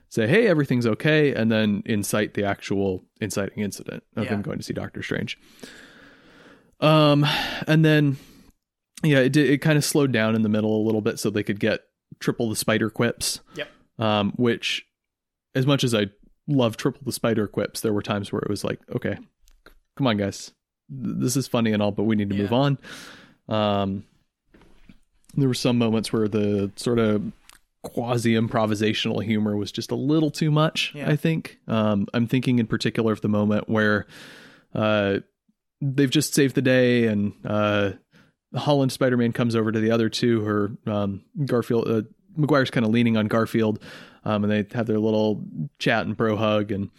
[SPEAKER 2] say, "Hey, everything's okay," and then incite the actual inciting incident of
[SPEAKER 1] Yeah.
[SPEAKER 2] him going to see Doctor Strange. Um, and then yeah, it did, it kind of slowed down in the middle a little bit so they could get triple the spider quips.
[SPEAKER 1] Yep.
[SPEAKER 2] Um, which, as much as I love triple the spider quips, there were times where it was like, okay, c- come on, guys, Th- this is funny and all, but we need to move
[SPEAKER 1] Yeah.
[SPEAKER 2] on. Um, there were some moments where the sort of quasi improvisational humor was just a little too much.
[SPEAKER 1] Yeah.
[SPEAKER 2] I think. Um, I'm thinking in particular of the moment where, uh, they've just saved the day and uh Holland Spider-Man comes over to the other two or um Garfield uh, McGuire's kind of leaning on Garfield um and they have their little chat and bro hug and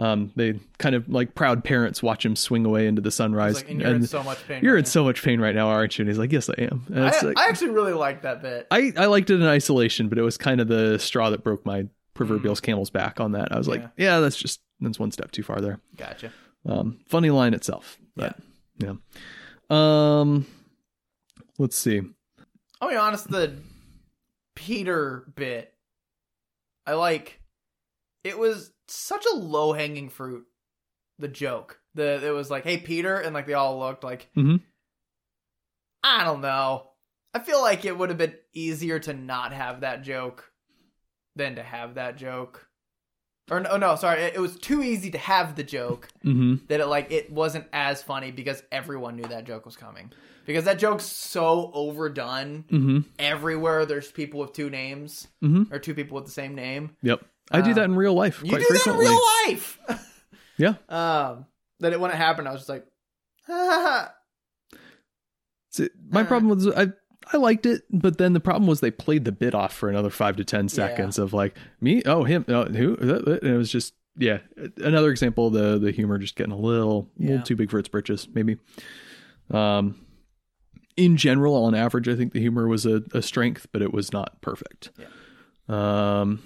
[SPEAKER 2] um they kind of like proud parents watch him swing away into the sunrise
[SPEAKER 1] It's like, and you're in so much pain.
[SPEAKER 2] "You're
[SPEAKER 1] right
[SPEAKER 2] in
[SPEAKER 1] now."
[SPEAKER 2] so much pain right now aren't you and he's like yes I am and it's
[SPEAKER 1] I,
[SPEAKER 2] like
[SPEAKER 1] I actually really like that bit.
[SPEAKER 2] I, I liked it in isolation but it was kind of the straw that broke my proverbial camel's back on that I was like
[SPEAKER 1] Mm. Yeah.
[SPEAKER 2] yeah that's just that's one step too far there
[SPEAKER 1] Gotcha.
[SPEAKER 2] um, funny line itself, but yeah. Um, let's see.
[SPEAKER 1] I'll be honest, the Peter bit, I like. It was such a low hanging fruit. The joke, the it was like, "Hey Peter," and like they all looked like.
[SPEAKER 2] Mhm.
[SPEAKER 1] I don't know. I feel like it would have been easier to not have that joke than to have that joke. Or no, no, sorry, it, it was too easy to have the joke
[SPEAKER 2] Mm-hmm.
[SPEAKER 1] that it like it wasn't as funny because everyone knew that joke was coming. Because that joke's so overdone
[SPEAKER 2] Mm-hmm.
[SPEAKER 1] everywhere there's people with two names
[SPEAKER 2] Mhm.
[SPEAKER 1] or two people with the same name.
[SPEAKER 2] Yep. I do
[SPEAKER 1] Uh,
[SPEAKER 2] that in real life
[SPEAKER 1] You
[SPEAKER 2] quite
[SPEAKER 1] do
[SPEAKER 2] frequently.
[SPEAKER 1] that in real life.
[SPEAKER 2] Yeah.
[SPEAKER 1] Um, that it when it happened, I was just like,
[SPEAKER 2] See, my
[SPEAKER 1] Uh.
[SPEAKER 2] problem was I I liked it, but then the problem was they played the bit off for another five to ten seconds of like me, oh him, oh, who, uh, uh, and it was just yeah. Another example, of the the humor just getting a little
[SPEAKER 1] Yeah.
[SPEAKER 2] little too big for its britches, maybe. Um, in general, on average, I think the humor was a, a strength, but it was not perfect. Yeah. Um.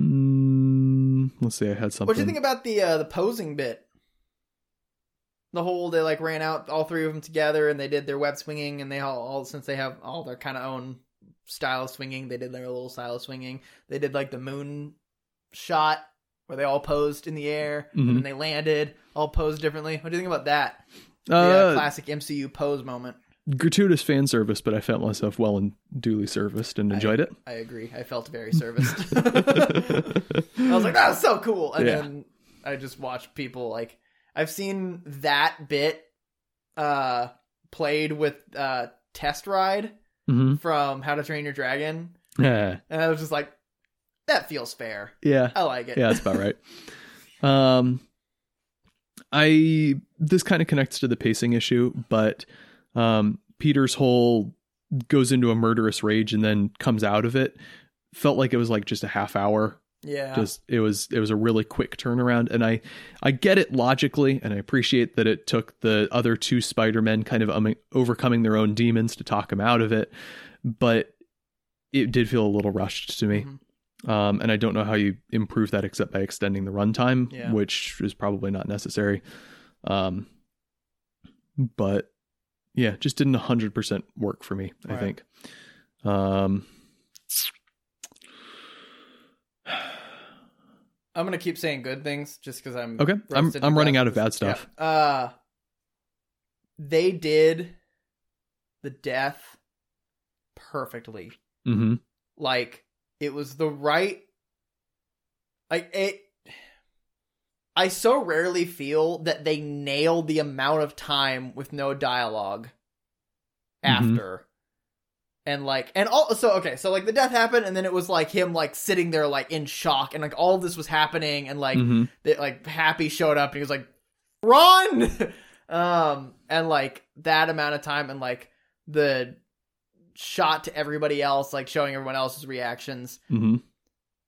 [SPEAKER 2] mm, let's see. I had something.
[SPEAKER 1] what do you think about the uh, the posing bit? The whole they like ran out all three of them together and they did their web swinging and they all, all since they have all their kind of own style of swinging they did their little style of swinging they did like the moon shot where they all posed in the air
[SPEAKER 2] Mhm.
[SPEAKER 1] and then they landed all posed differently. What do you think about that?
[SPEAKER 2] uh,
[SPEAKER 1] yeah, classic MCU pose moment.
[SPEAKER 2] gratuitous fan service, but I felt myself well and duly serviced and enjoyed it.
[SPEAKER 1] I agree. I felt very serviced. I was like, that was so cool. And
[SPEAKER 2] Yeah.
[SPEAKER 1] then I just watched people like I've seen that bit uh played with uh Test Ride
[SPEAKER 2] Mm-hmm.
[SPEAKER 1] from How to Train Your Dragon.
[SPEAKER 2] Yeah,
[SPEAKER 1] And I was just like, that feels fair.
[SPEAKER 2] yeah,
[SPEAKER 1] I like it.
[SPEAKER 2] yeah. That's about right. Um, I this kind of connects to the pacing issue, but um, Peter's whole goes into a murderous rage and then comes out of it. Felt like it was like just a half hour
[SPEAKER 1] yeah.
[SPEAKER 2] just it was it was a really quick turnaround and i i get it logically and i appreciate that it took the other two spider-men kind of um, overcoming their own demons to talk him out of it but it did feel a little rushed to me
[SPEAKER 1] Mm-hmm.
[SPEAKER 2] um, and i don't know how you improve that except by extending the runtime
[SPEAKER 1] Yeah.
[SPEAKER 2] which is probably not necessary um, but yeah just didn't 100% work for me i
[SPEAKER 1] Right.
[SPEAKER 2] think um,
[SPEAKER 1] I'm gonna keep saying good things just because I'm
[SPEAKER 2] okay i'm,
[SPEAKER 1] roasted to
[SPEAKER 2] I'm running
[SPEAKER 1] death.
[SPEAKER 2] out of bad stuff
[SPEAKER 1] Yeah. Uh they did the death perfectly.
[SPEAKER 2] hmm
[SPEAKER 1] Like it was the right like it I so rarely feel that they nail the amount of time with no dialogue
[SPEAKER 2] Mhm.
[SPEAKER 1] after. And like and all so okay, so like the death happened and then it was like him like sitting there like in shock and like all this was happening and like
[SPEAKER 2] Mhm.
[SPEAKER 1] that like Happy showed up and he was like, "Run!" um, and like that amount of time and like the shot to everybody else, like showing everyone else's reactions.
[SPEAKER 2] hmm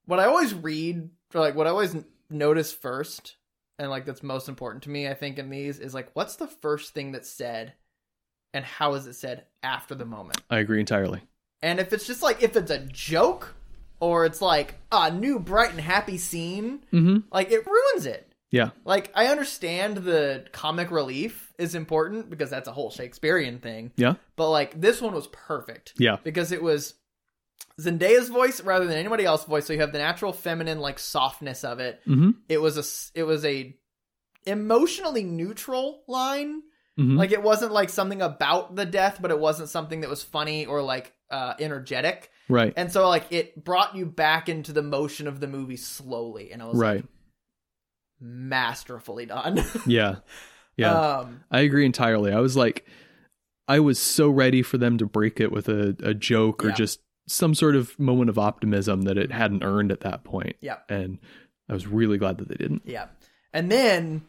[SPEAKER 1] What I always read, or like what I always n- notice first, and like that's most important to me, I think, in these is like, what's the first thing that's said, and how is it said after the moment?
[SPEAKER 2] I agree entirely.
[SPEAKER 1] And if it's just like if it's a joke, or it's like a new bright and happy scene,
[SPEAKER 2] Mm-hmm.
[SPEAKER 1] like it ruins it.
[SPEAKER 2] Yeah.
[SPEAKER 1] Like I understand the comic relief is important because that's a whole Shakespearean thing.
[SPEAKER 2] Yeah.
[SPEAKER 1] But like this one was perfect
[SPEAKER 2] Yeah.
[SPEAKER 1] because it was Zendaya's voice rather than anybody else's voice, so you have the natural feminine like softness of it.
[SPEAKER 2] Mm-hmm.
[SPEAKER 1] It was a s- it was a emotionally neutral line.
[SPEAKER 2] mm-hmm.
[SPEAKER 1] Like it wasn't like something about the death, but it wasn't something that was funny or like uh energetic.
[SPEAKER 2] right.
[SPEAKER 1] And so like it brought you back into the motion of the movie slowly and I was like
[SPEAKER 2] Right.
[SPEAKER 1] masterfully done.
[SPEAKER 2] Yeah. Yeah.
[SPEAKER 1] Um,
[SPEAKER 2] I agree entirely. I was like, I was so ready for them to break it with a, a joke or
[SPEAKER 1] Yeah.
[SPEAKER 2] just some sort of moment of optimism that it hadn't earned at that point.
[SPEAKER 1] Yeah.
[SPEAKER 2] And I was really glad that they didn't.
[SPEAKER 1] yeah. And then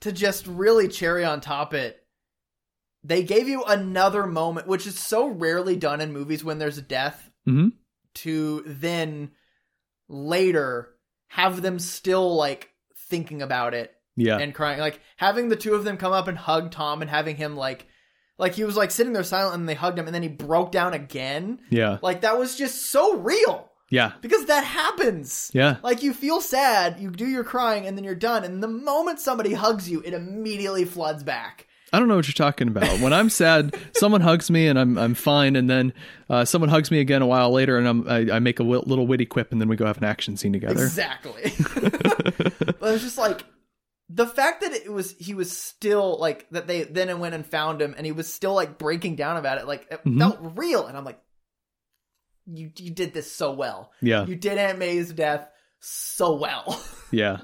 [SPEAKER 1] to just really cherry on top it, they gave you another moment, which is so rarely done in movies when there's a death,
[SPEAKER 2] hmm
[SPEAKER 1] to then later have them still like thinking about it
[SPEAKER 2] Yeah.
[SPEAKER 1] and crying. Like having the two of them come up and hug Tom and having him like like he was like sitting there silent and they hugged him and then he broke down again.
[SPEAKER 2] yeah.
[SPEAKER 1] Like that was just so real.
[SPEAKER 2] Yeah.
[SPEAKER 1] Because that happens.
[SPEAKER 2] Yeah.
[SPEAKER 1] Like you feel sad, you do your crying, and then you're done. And the moment somebody hugs you, it immediately floods back.
[SPEAKER 2] I don't know what you're talking about. When I'm sad, someone hugs me and I'm I'm fine, and then uh, someone hugs me again a while later, and I'm I, I make a wi- little witty quip, and then we go have an action scene together.
[SPEAKER 1] Exactly. but it's just like the fact that it was he was still like that they then went and found him and he was still like breaking down about it like it
[SPEAKER 2] Mhm.
[SPEAKER 1] felt real and I'm like you you did this so well
[SPEAKER 2] Yeah,
[SPEAKER 1] you did Aunt May's death so well
[SPEAKER 2] yeah.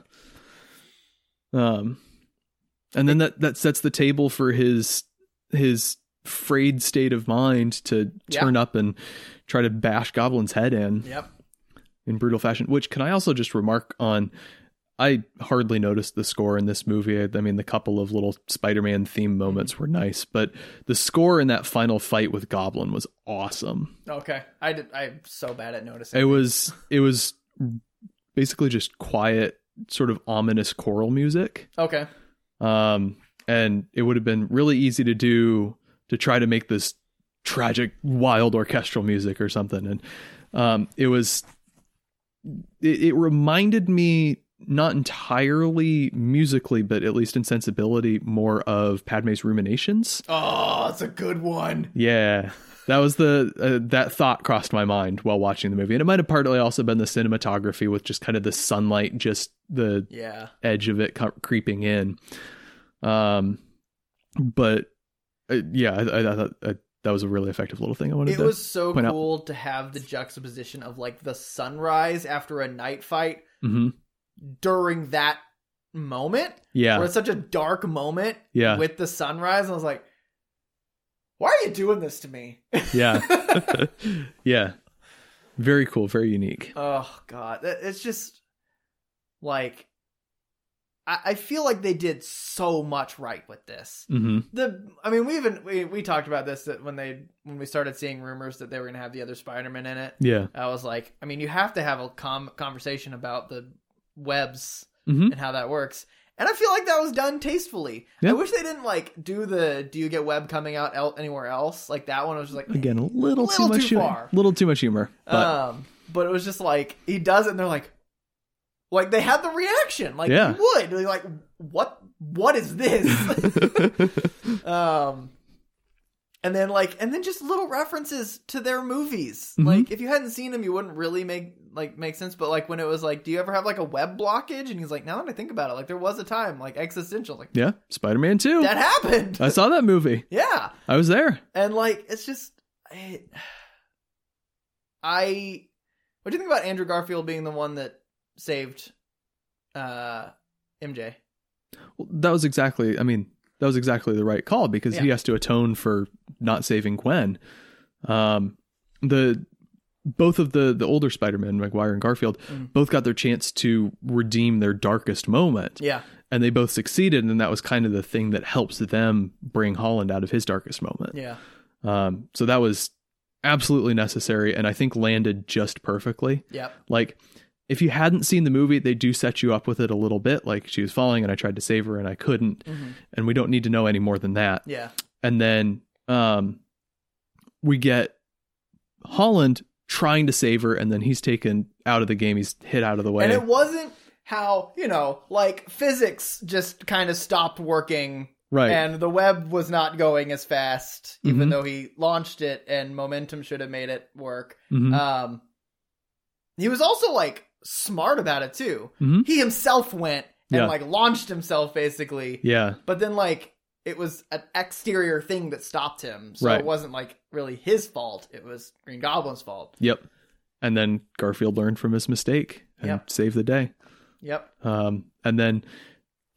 [SPEAKER 2] Um, and then that that sets the table for his his frayed state of mind to
[SPEAKER 1] Yeah.
[SPEAKER 2] turn up and try to bash Goblin's head in.
[SPEAKER 1] yep
[SPEAKER 2] in brutal fashion. Which can I also just remark on? I hardly noticed the score in this movie. I I mean, the couple of little Spider-Man theme moments were nice, but the score in that final fight with Goblin was awesome.
[SPEAKER 1] okay I did I'm so bad at noticing
[SPEAKER 2] It was it was basically just quiet, sort of ominous choral music,
[SPEAKER 1] okay
[SPEAKER 2] um, and it would have been really easy to do to try to make this tragic, wild orchestral music or something. And um, it was it, it reminded me not entirely musically, but at least in sensibility, more of Padme's Ruminations.
[SPEAKER 1] oh it's a good one
[SPEAKER 2] Yeah. That was the uh, that thought crossed my mind while watching the movie, and it might have partly also been the cinematography with just kind of the sunlight, just the
[SPEAKER 1] yeah
[SPEAKER 2] edge of it co- creeping in. Um, but uh, yeah, I, I, I thought I, that was a really effective little thing. I wanted
[SPEAKER 1] It
[SPEAKER 2] to.
[SPEAKER 1] was so
[SPEAKER 2] point out.
[SPEAKER 1] cool to have the juxtaposition of like the sunrise after a night fight
[SPEAKER 2] Mhm.
[SPEAKER 1] during that moment
[SPEAKER 2] Yeah,
[SPEAKER 1] where it's such a dark moment
[SPEAKER 2] Yeah.
[SPEAKER 1] with the sunrise. And I was like, why are you doing this to me?
[SPEAKER 2] yeah, yeah. Very cool. Very unique.
[SPEAKER 1] oh, God. It- It's just like, I I feel like they did so much right with this.
[SPEAKER 2] hmm
[SPEAKER 1] the I mean we even we, we talked about this that when they when we started seeing rumors that they were gonna have the other Spider Man in it
[SPEAKER 2] Yeah.
[SPEAKER 1] I was like, I mean, you have to have a com- conversation about the webs
[SPEAKER 2] hmm
[SPEAKER 1] and how that works. And I feel like that was done tastefully.
[SPEAKER 2] Yeah.
[SPEAKER 1] I wish they didn't like do the do you get web coming out el- anywhere else? Like that one was just like
[SPEAKER 2] Again, a little,
[SPEAKER 1] Little
[SPEAKER 2] too much.
[SPEAKER 1] too
[SPEAKER 2] humor.
[SPEAKER 1] far.
[SPEAKER 2] Little too much humor. But
[SPEAKER 1] um but it was just like he does it and they're like like they had the reaction. Like
[SPEAKER 2] Yeah.
[SPEAKER 1] you would. They're like what what is this? Uh, um and then like and then just little references to their movies
[SPEAKER 2] Mhm.
[SPEAKER 1] like if you hadn't seen them you wouldn't really make like make sense but like when it was like do you ever have like a web blockage and he's like now that i think about it like there was a time like existential like
[SPEAKER 2] yeah, Spider-Man Two.
[SPEAKER 1] that happened
[SPEAKER 2] I saw that movie.
[SPEAKER 1] yeah
[SPEAKER 2] I was there.
[SPEAKER 1] and like it's just i, I what do you think about andrew garfield being the one that saved uh mj
[SPEAKER 2] Well, that was exactly. I mean, that was exactly the right call because he
[SPEAKER 1] Yeah.
[SPEAKER 2] has to atone for not saving Gwen. Um, the both of the the older Spider-Man, McGuire and Garfield,
[SPEAKER 1] Mhm.
[SPEAKER 2] both got their chance to redeem their darkest moment,
[SPEAKER 1] yeah
[SPEAKER 2] and they both succeeded. And that was kind of the thing that helps them bring Holland out of his darkest moment.
[SPEAKER 1] yeah
[SPEAKER 2] Um, so that was absolutely necessary, and I think landed just perfectly
[SPEAKER 1] yep
[SPEAKER 2] like if you hadn't seen the movie they do set you up with it a little bit like she was falling and i tried to save her and i couldn't
[SPEAKER 1] Mhm.
[SPEAKER 2] and we don't need to know any more than that
[SPEAKER 1] yeah
[SPEAKER 2] and then um we get holland trying to save her and then he's taken out of the game he's hit out of the way
[SPEAKER 1] And it wasn't how, you know, like physics just kind of stopped working
[SPEAKER 2] Right.
[SPEAKER 1] and the web was not going as fast,
[SPEAKER 2] Mhm.
[SPEAKER 1] even though he launched it and momentum should have made it work.
[SPEAKER 2] Mhm.
[SPEAKER 1] Um, he was also like smart about it too.
[SPEAKER 2] Mhm.
[SPEAKER 1] He himself went and
[SPEAKER 2] Yeah.
[SPEAKER 1] like launched himself basically,
[SPEAKER 2] yeah.
[SPEAKER 1] but then like it was an exterior thing that stopped him, so
[SPEAKER 2] Right.
[SPEAKER 1] it wasn't like really his fault. It was Green Goblin's fault.
[SPEAKER 2] Yep. And then Garfield learned from his mistake and
[SPEAKER 1] Yep.
[SPEAKER 2] saved the day.
[SPEAKER 1] Yep.
[SPEAKER 2] Um, and then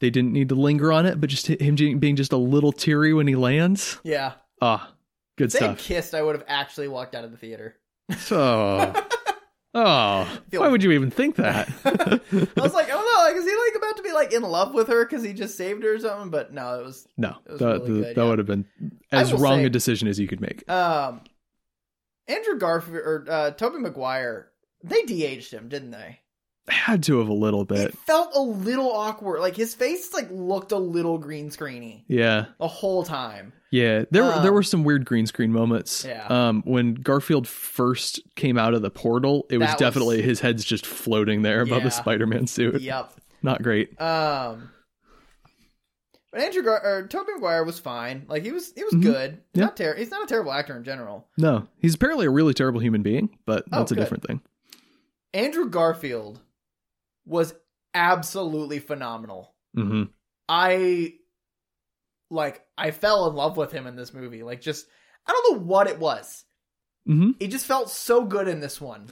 [SPEAKER 2] they didn't need to linger on it, but just him j- being just a little teary when he lands.
[SPEAKER 1] Yeah.
[SPEAKER 2] Ah, good
[SPEAKER 1] If they had
[SPEAKER 2] stuff.
[SPEAKER 1] kissed, I would have actually walked out of the theater.
[SPEAKER 2] So, oh,
[SPEAKER 1] Feel-
[SPEAKER 2] why would you even think that?
[SPEAKER 1] I was like, oh no, like is he like about to be like in love with her because he just saved her or something? But no, it was
[SPEAKER 2] no,
[SPEAKER 1] It was
[SPEAKER 2] that,
[SPEAKER 1] really
[SPEAKER 2] that-
[SPEAKER 1] good,
[SPEAKER 2] that
[SPEAKER 1] yeah.
[SPEAKER 2] would have been
[SPEAKER 1] I
[SPEAKER 2] as
[SPEAKER 1] will
[SPEAKER 2] wrong
[SPEAKER 1] say-
[SPEAKER 2] a decision as you could make.
[SPEAKER 1] um Andrew Garfield or uh Toby Maguire, they de-aged him, didn't they?
[SPEAKER 2] Had to have a little bit.
[SPEAKER 1] It felt a little awkward. Like his face like looked a little green screeny
[SPEAKER 2] Yeah.
[SPEAKER 1] the whole time.
[SPEAKER 2] Yeah, there were there
[SPEAKER 1] Um,
[SPEAKER 2] were some weird green screen moments.
[SPEAKER 1] Yeah.
[SPEAKER 2] Um, when Garfield first came out of the portal, it was
[SPEAKER 1] That was-
[SPEAKER 2] definitely his head's just floating there above
[SPEAKER 1] Yeah.
[SPEAKER 2] the Spider-Man suit.
[SPEAKER 1] yep.
[SPEAKER 2] Not great.
[SPEAKER 1] Um But Andrew Gar- or Toby Maguire was fine. Like he was he was
[SPEAKER 2] Mhm.
[SPEAKER 1] good.
[SPEAKER 2] Yeah.
[SPEAKER 1] Not ter- he's not a terrible actor in general.
[SPEAKER 2] No, he's apparently a really terrible human being, but
[SPEAKER 1] Oh,
[SPEAKER 2] that's a
[SPEAKER 1] good.
[SPEAKER 2] different thing.
[SPEAKER 1] Andrew Garfield was absolutely phenomenal.
[SPEAKER 2] hmm
[SPEAKER 1] I like I fell in love with him in this movie. Like just I don't know what it was.
[SPEAKER 2] hmm
[SPEAKER 1] It just felt so good in this one.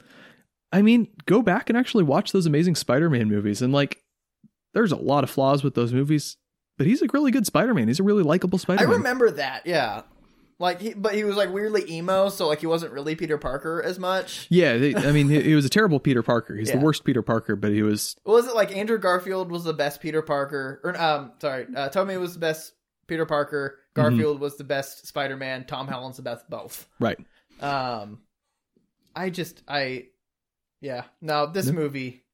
[SPEAKER 2] I mean, go back and actually watch those amazing Spider-Man movies, and like, there's a lot of flaws with those movies, but he's a really good Spider-Man. He's a really likable
[SPEAKER 1] I
[SPEAKER 2] Spider-Man.
[SPEAKER 1] remember that, yeah. Like he but he was like weirdly emo, so like he wasn't really Peter Parker as much.
[SPEAKER 2] yeah, they, I mean, he, he was a terrible Peter Parker. He's
[SPEAKER 1] Yeah.
[SPEAKER 2] the worst Peter Parker, but he was
[SPEAKER 1] Was it like Andrew Garfield was the best Peter Parker or um sorry, uh Tommy was the best Peter Parker,
[SPEAKER 2] Mm-hmm.
[SPEAKER 1] Garfield was the best Spider-Man, Tom Holland's the best both.
[SPEAKER 2] right.
[SPEAKER 1] Um I just I yeah, no, this
[SPEAKER 2] Yeah.
[SPEAKER 1] movie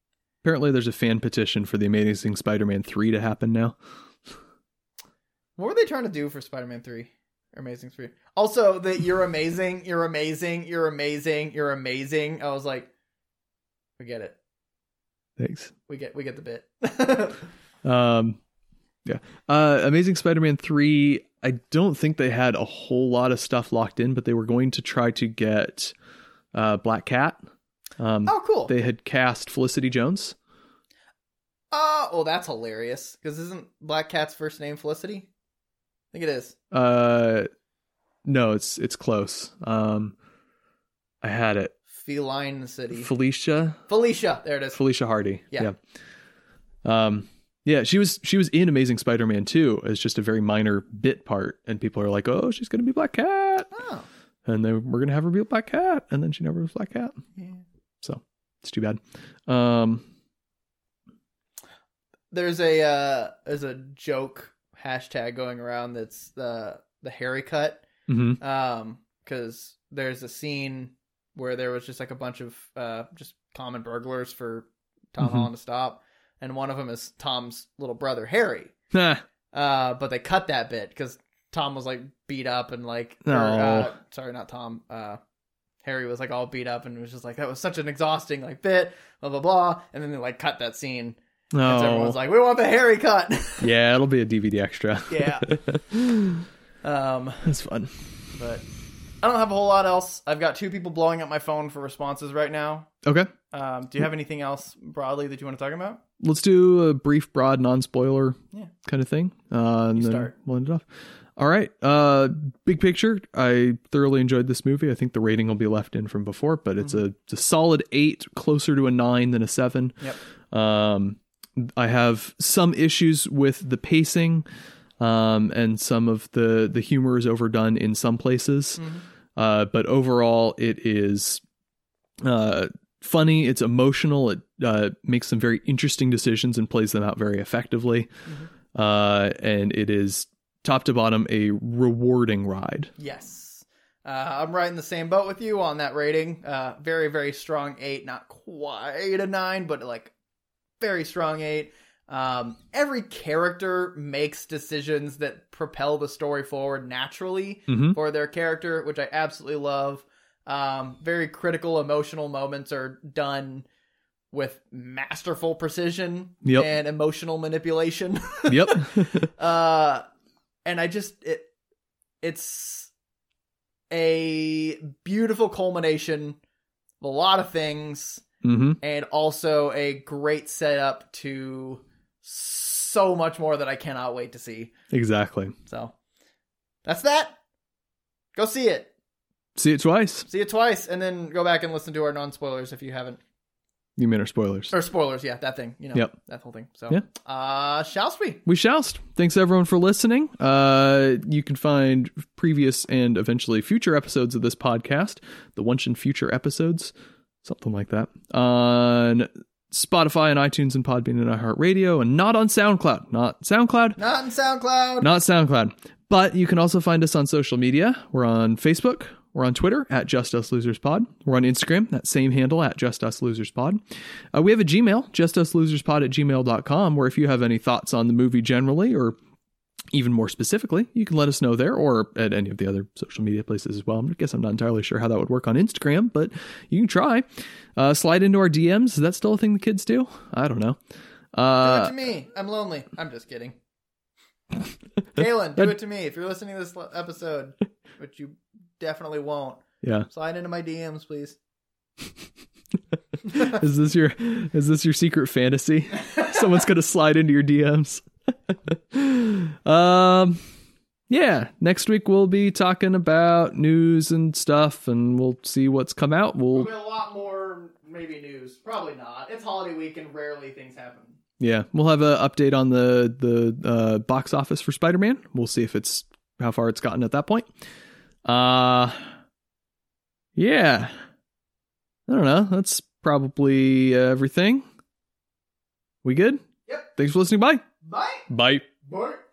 [SPEAKER 2] Apparently, there's a fan petition for the Amazing Spider-Man three to happen now.
[SPEAKER 1] What were they trying to do for Spider Man 3? Or Amazing 3? Also, that you're amazing, you're amazing, you're amazing, you're amazing. I was like, we get it.
[SPEAKER 2] Thanks.
[SPEAKER 1] We get we get the bit.
[SPEAKER 2] Um, yeah. Uh, Amazing Spider-Man three. I don't think they had a whole lot of stuff locked in, but they were going to try to get uh, Black Cat. Um,
[SPEAKER 1] oh, cool.
[SPEAKER 2] They had cast Felicity Jones.
[SPEAKER 1] oh, well, that's hilarious. Because isn't Black Cat's first name Felicity? I think it is.
[SPEAKER 2] Uh, no, it's it's close. Um, I had it.
[SPEAKER 1] Feline City.
[SPEAKER 2] Felicia.
[SPEAKER 1] Felicia. There it is.
[SPEAKER 2] Felicia Hardy.
[SPEAKER 1] Yeah.
[SPEAKER 2] Yeah. Um yeah, she was she was in Amazing Spider-Man 2 as just a very minor bit part and people are like, "Oh, she's going to be Black Cat."
[SPEAKER 1] Oh.
[SPEAKER 2] And they we're going to have her be a Black Cat and then she never was Black Cat.
[SPEAKER 1] Yeah.
[SPEAKER 2] It's too bad. Um
[SPEAKER 1] There's a uh, there's a joke hashtag going around that's the the Harry cut.
[SPEAKER 2] mhm.
[SPEAKER 1] um because there's a scene where there was just like a bunch of uh just common burglars for tom
[SPEAKER 2] Mhm.
[SPEAKER 1] holland to stop and one of them is tom's little brother harry
[SPEAKER 2] Ah,
[SPEAKER 1] uh but they cut that bit because tom was like beat up and like or,
[SPEAKER 2] No.
[SPEAKER 1] uh, sorry not tom uh harry was like all beat up and was just like that was such an exhausting like bit blah blah blah and then they like cut that scene and so
[SPEAKER 2] no.
[SPEAKER 1] everyone's like we want the harry cut
[SPEAKER 2] yeah, it'll be a DVD extra.
[SPEAKER 1] Yeah. um
[SPEAKER 2] That's fun.
[SPEAKER 1] but I don't have a whole lot else. I've got two people blowing up my phone for responses right now.
[SPEAKER 2] Okay.
[SPEAKER 1] Um, do you have anything else broadly that you want to talk about?
[SPEAKER 2] Let's do a brief, broad, non-spoiler
[SPEAKER 1] Yeah.
[SPEAKER 2] kind of thing. Uh, and
[SPEAKER 1] You
[SPEAKER 2] then
[SPEAKER 1] start.
[SPEAKER 2] We'll end it off. All right. Uh, big picture. I thoroughly enjoyed this movie. I think the rating will be left in from before, but
[SPEAKER 1] Mm-hmm.
[SPEAKER 2] it's, a, it's a solid eight, closer to a nine than a seven. Yep. Um, I have some issues with the pacing, um, and some of the the humor is overdone in some
[SPEAKER 1] Mm-hmm.
[SPEAKER 2] places. Uh, but overall, it is uh, funny. It's emotional. It uh, makes some very interesting decisions and plays them out very effectively. Uh, and it is top to bottom a rewarding ride.
[SPEAKER 1] Yes. Uh, I'm right in the same boat with you on that rating. Uh, very, very strong eight. Not quite a nine, but like very strong eight. Um, every character makes decisions that propel the story forward naturally.
[SPEAKER 2] Mm-hmm.
[SPEAKER 1] for their character, which I absolutely love. Um, very critical emotional moments are done with masterful precision
[SPEAKER 2] Yep.
[SPEAKER 1] and emotional manipulation.
[SPEAKER 2] yep.
[SPEAKER 1] uh, and I just it it's a beautiful culmination of a lot of things
[SPEAKER 2] hmm
[SPEAKER 1] and also a great setup to so much more that I cannot wait to see.
[SPEAKER 2] Exactly.
[SPEAKER 1] So that's that. Go see it.
[SPEAKER 2] See it twice.
[SPEAKER 1] See it twice and then go back and listen to our non spoilers if you haven't.
[SPEAKER 2] You mean our spoilers.
[SPEAKER 1] Or spoilers, yeah, that thing, you know.
[SPEAKER 2] Yep.
[SPEAKER 1] That whole thing. So
[SPEAKER 2] Yeah.
[SPEAKER 1] uh shall we?
[SPEAKER 2] We shallst. Thanks everyone for listening. Uh, you can find previous and eventually future episodes of this podcast, the Once in Future episodes, something like that, on Spotify and iTunes and Podbean and iHeartRadio, and not on SoundCloud. Not SoundCloud.
[SPEAKER 1] Not in SoundCloud.
[SPEAKER 2] Not SoundCloud. But you can also find us on social media. We're on Facebook. We're on Twitter at Just Us Losers Pod. We're on Instagram, that same handle at Just Us Losers Pod. Uh, we have a Gmail, justuslosers.pod at gmail.com, where if you have any thoughts on the movie generally or even more specifically, you can let us know there or at any of the other social media places as well. I guess I'm not entirely sure how that would work on Instagram, but you can try. Uh, slide into our DMs. Is that still a thing the kids do? I don't know.
[SPEAKER 1] Do
[SPEAKER 2] Uh,
[SPEAKER 1] it to me. I'm lonely. I'm just kidding. Galen, do it to me. If you're listening to this l- episode, which you definitely won't,
[SPEAKER 2] yeah.
[SPEAKER 1] slide into my DMs, please.
[SPEAKER 2] is this your is this your secret fantasy? Someone's gonna slide into your DMs. um yeah, next week we'll be talking about news and stuff and we'll see what's come out. We'll
[SPEAKER 1] a lot more maybe news. Probably not. It's holiday week and rarely things happen.
[SPEAKER 2] yeah, we'll have an update on the the uh, box office for Spider-Man. We'll see if it's how far it's gotten at that point. Uh Yeah. I don't know. That's probably uh, everything. We good?
[SPEAKER 1] Yep.
[SPEAKER 2] Thanks for listening. Bye.
[SPEAKER 1] Bye.
[SPEAKER 2] Bye.
[SPEAKER 1] Bye.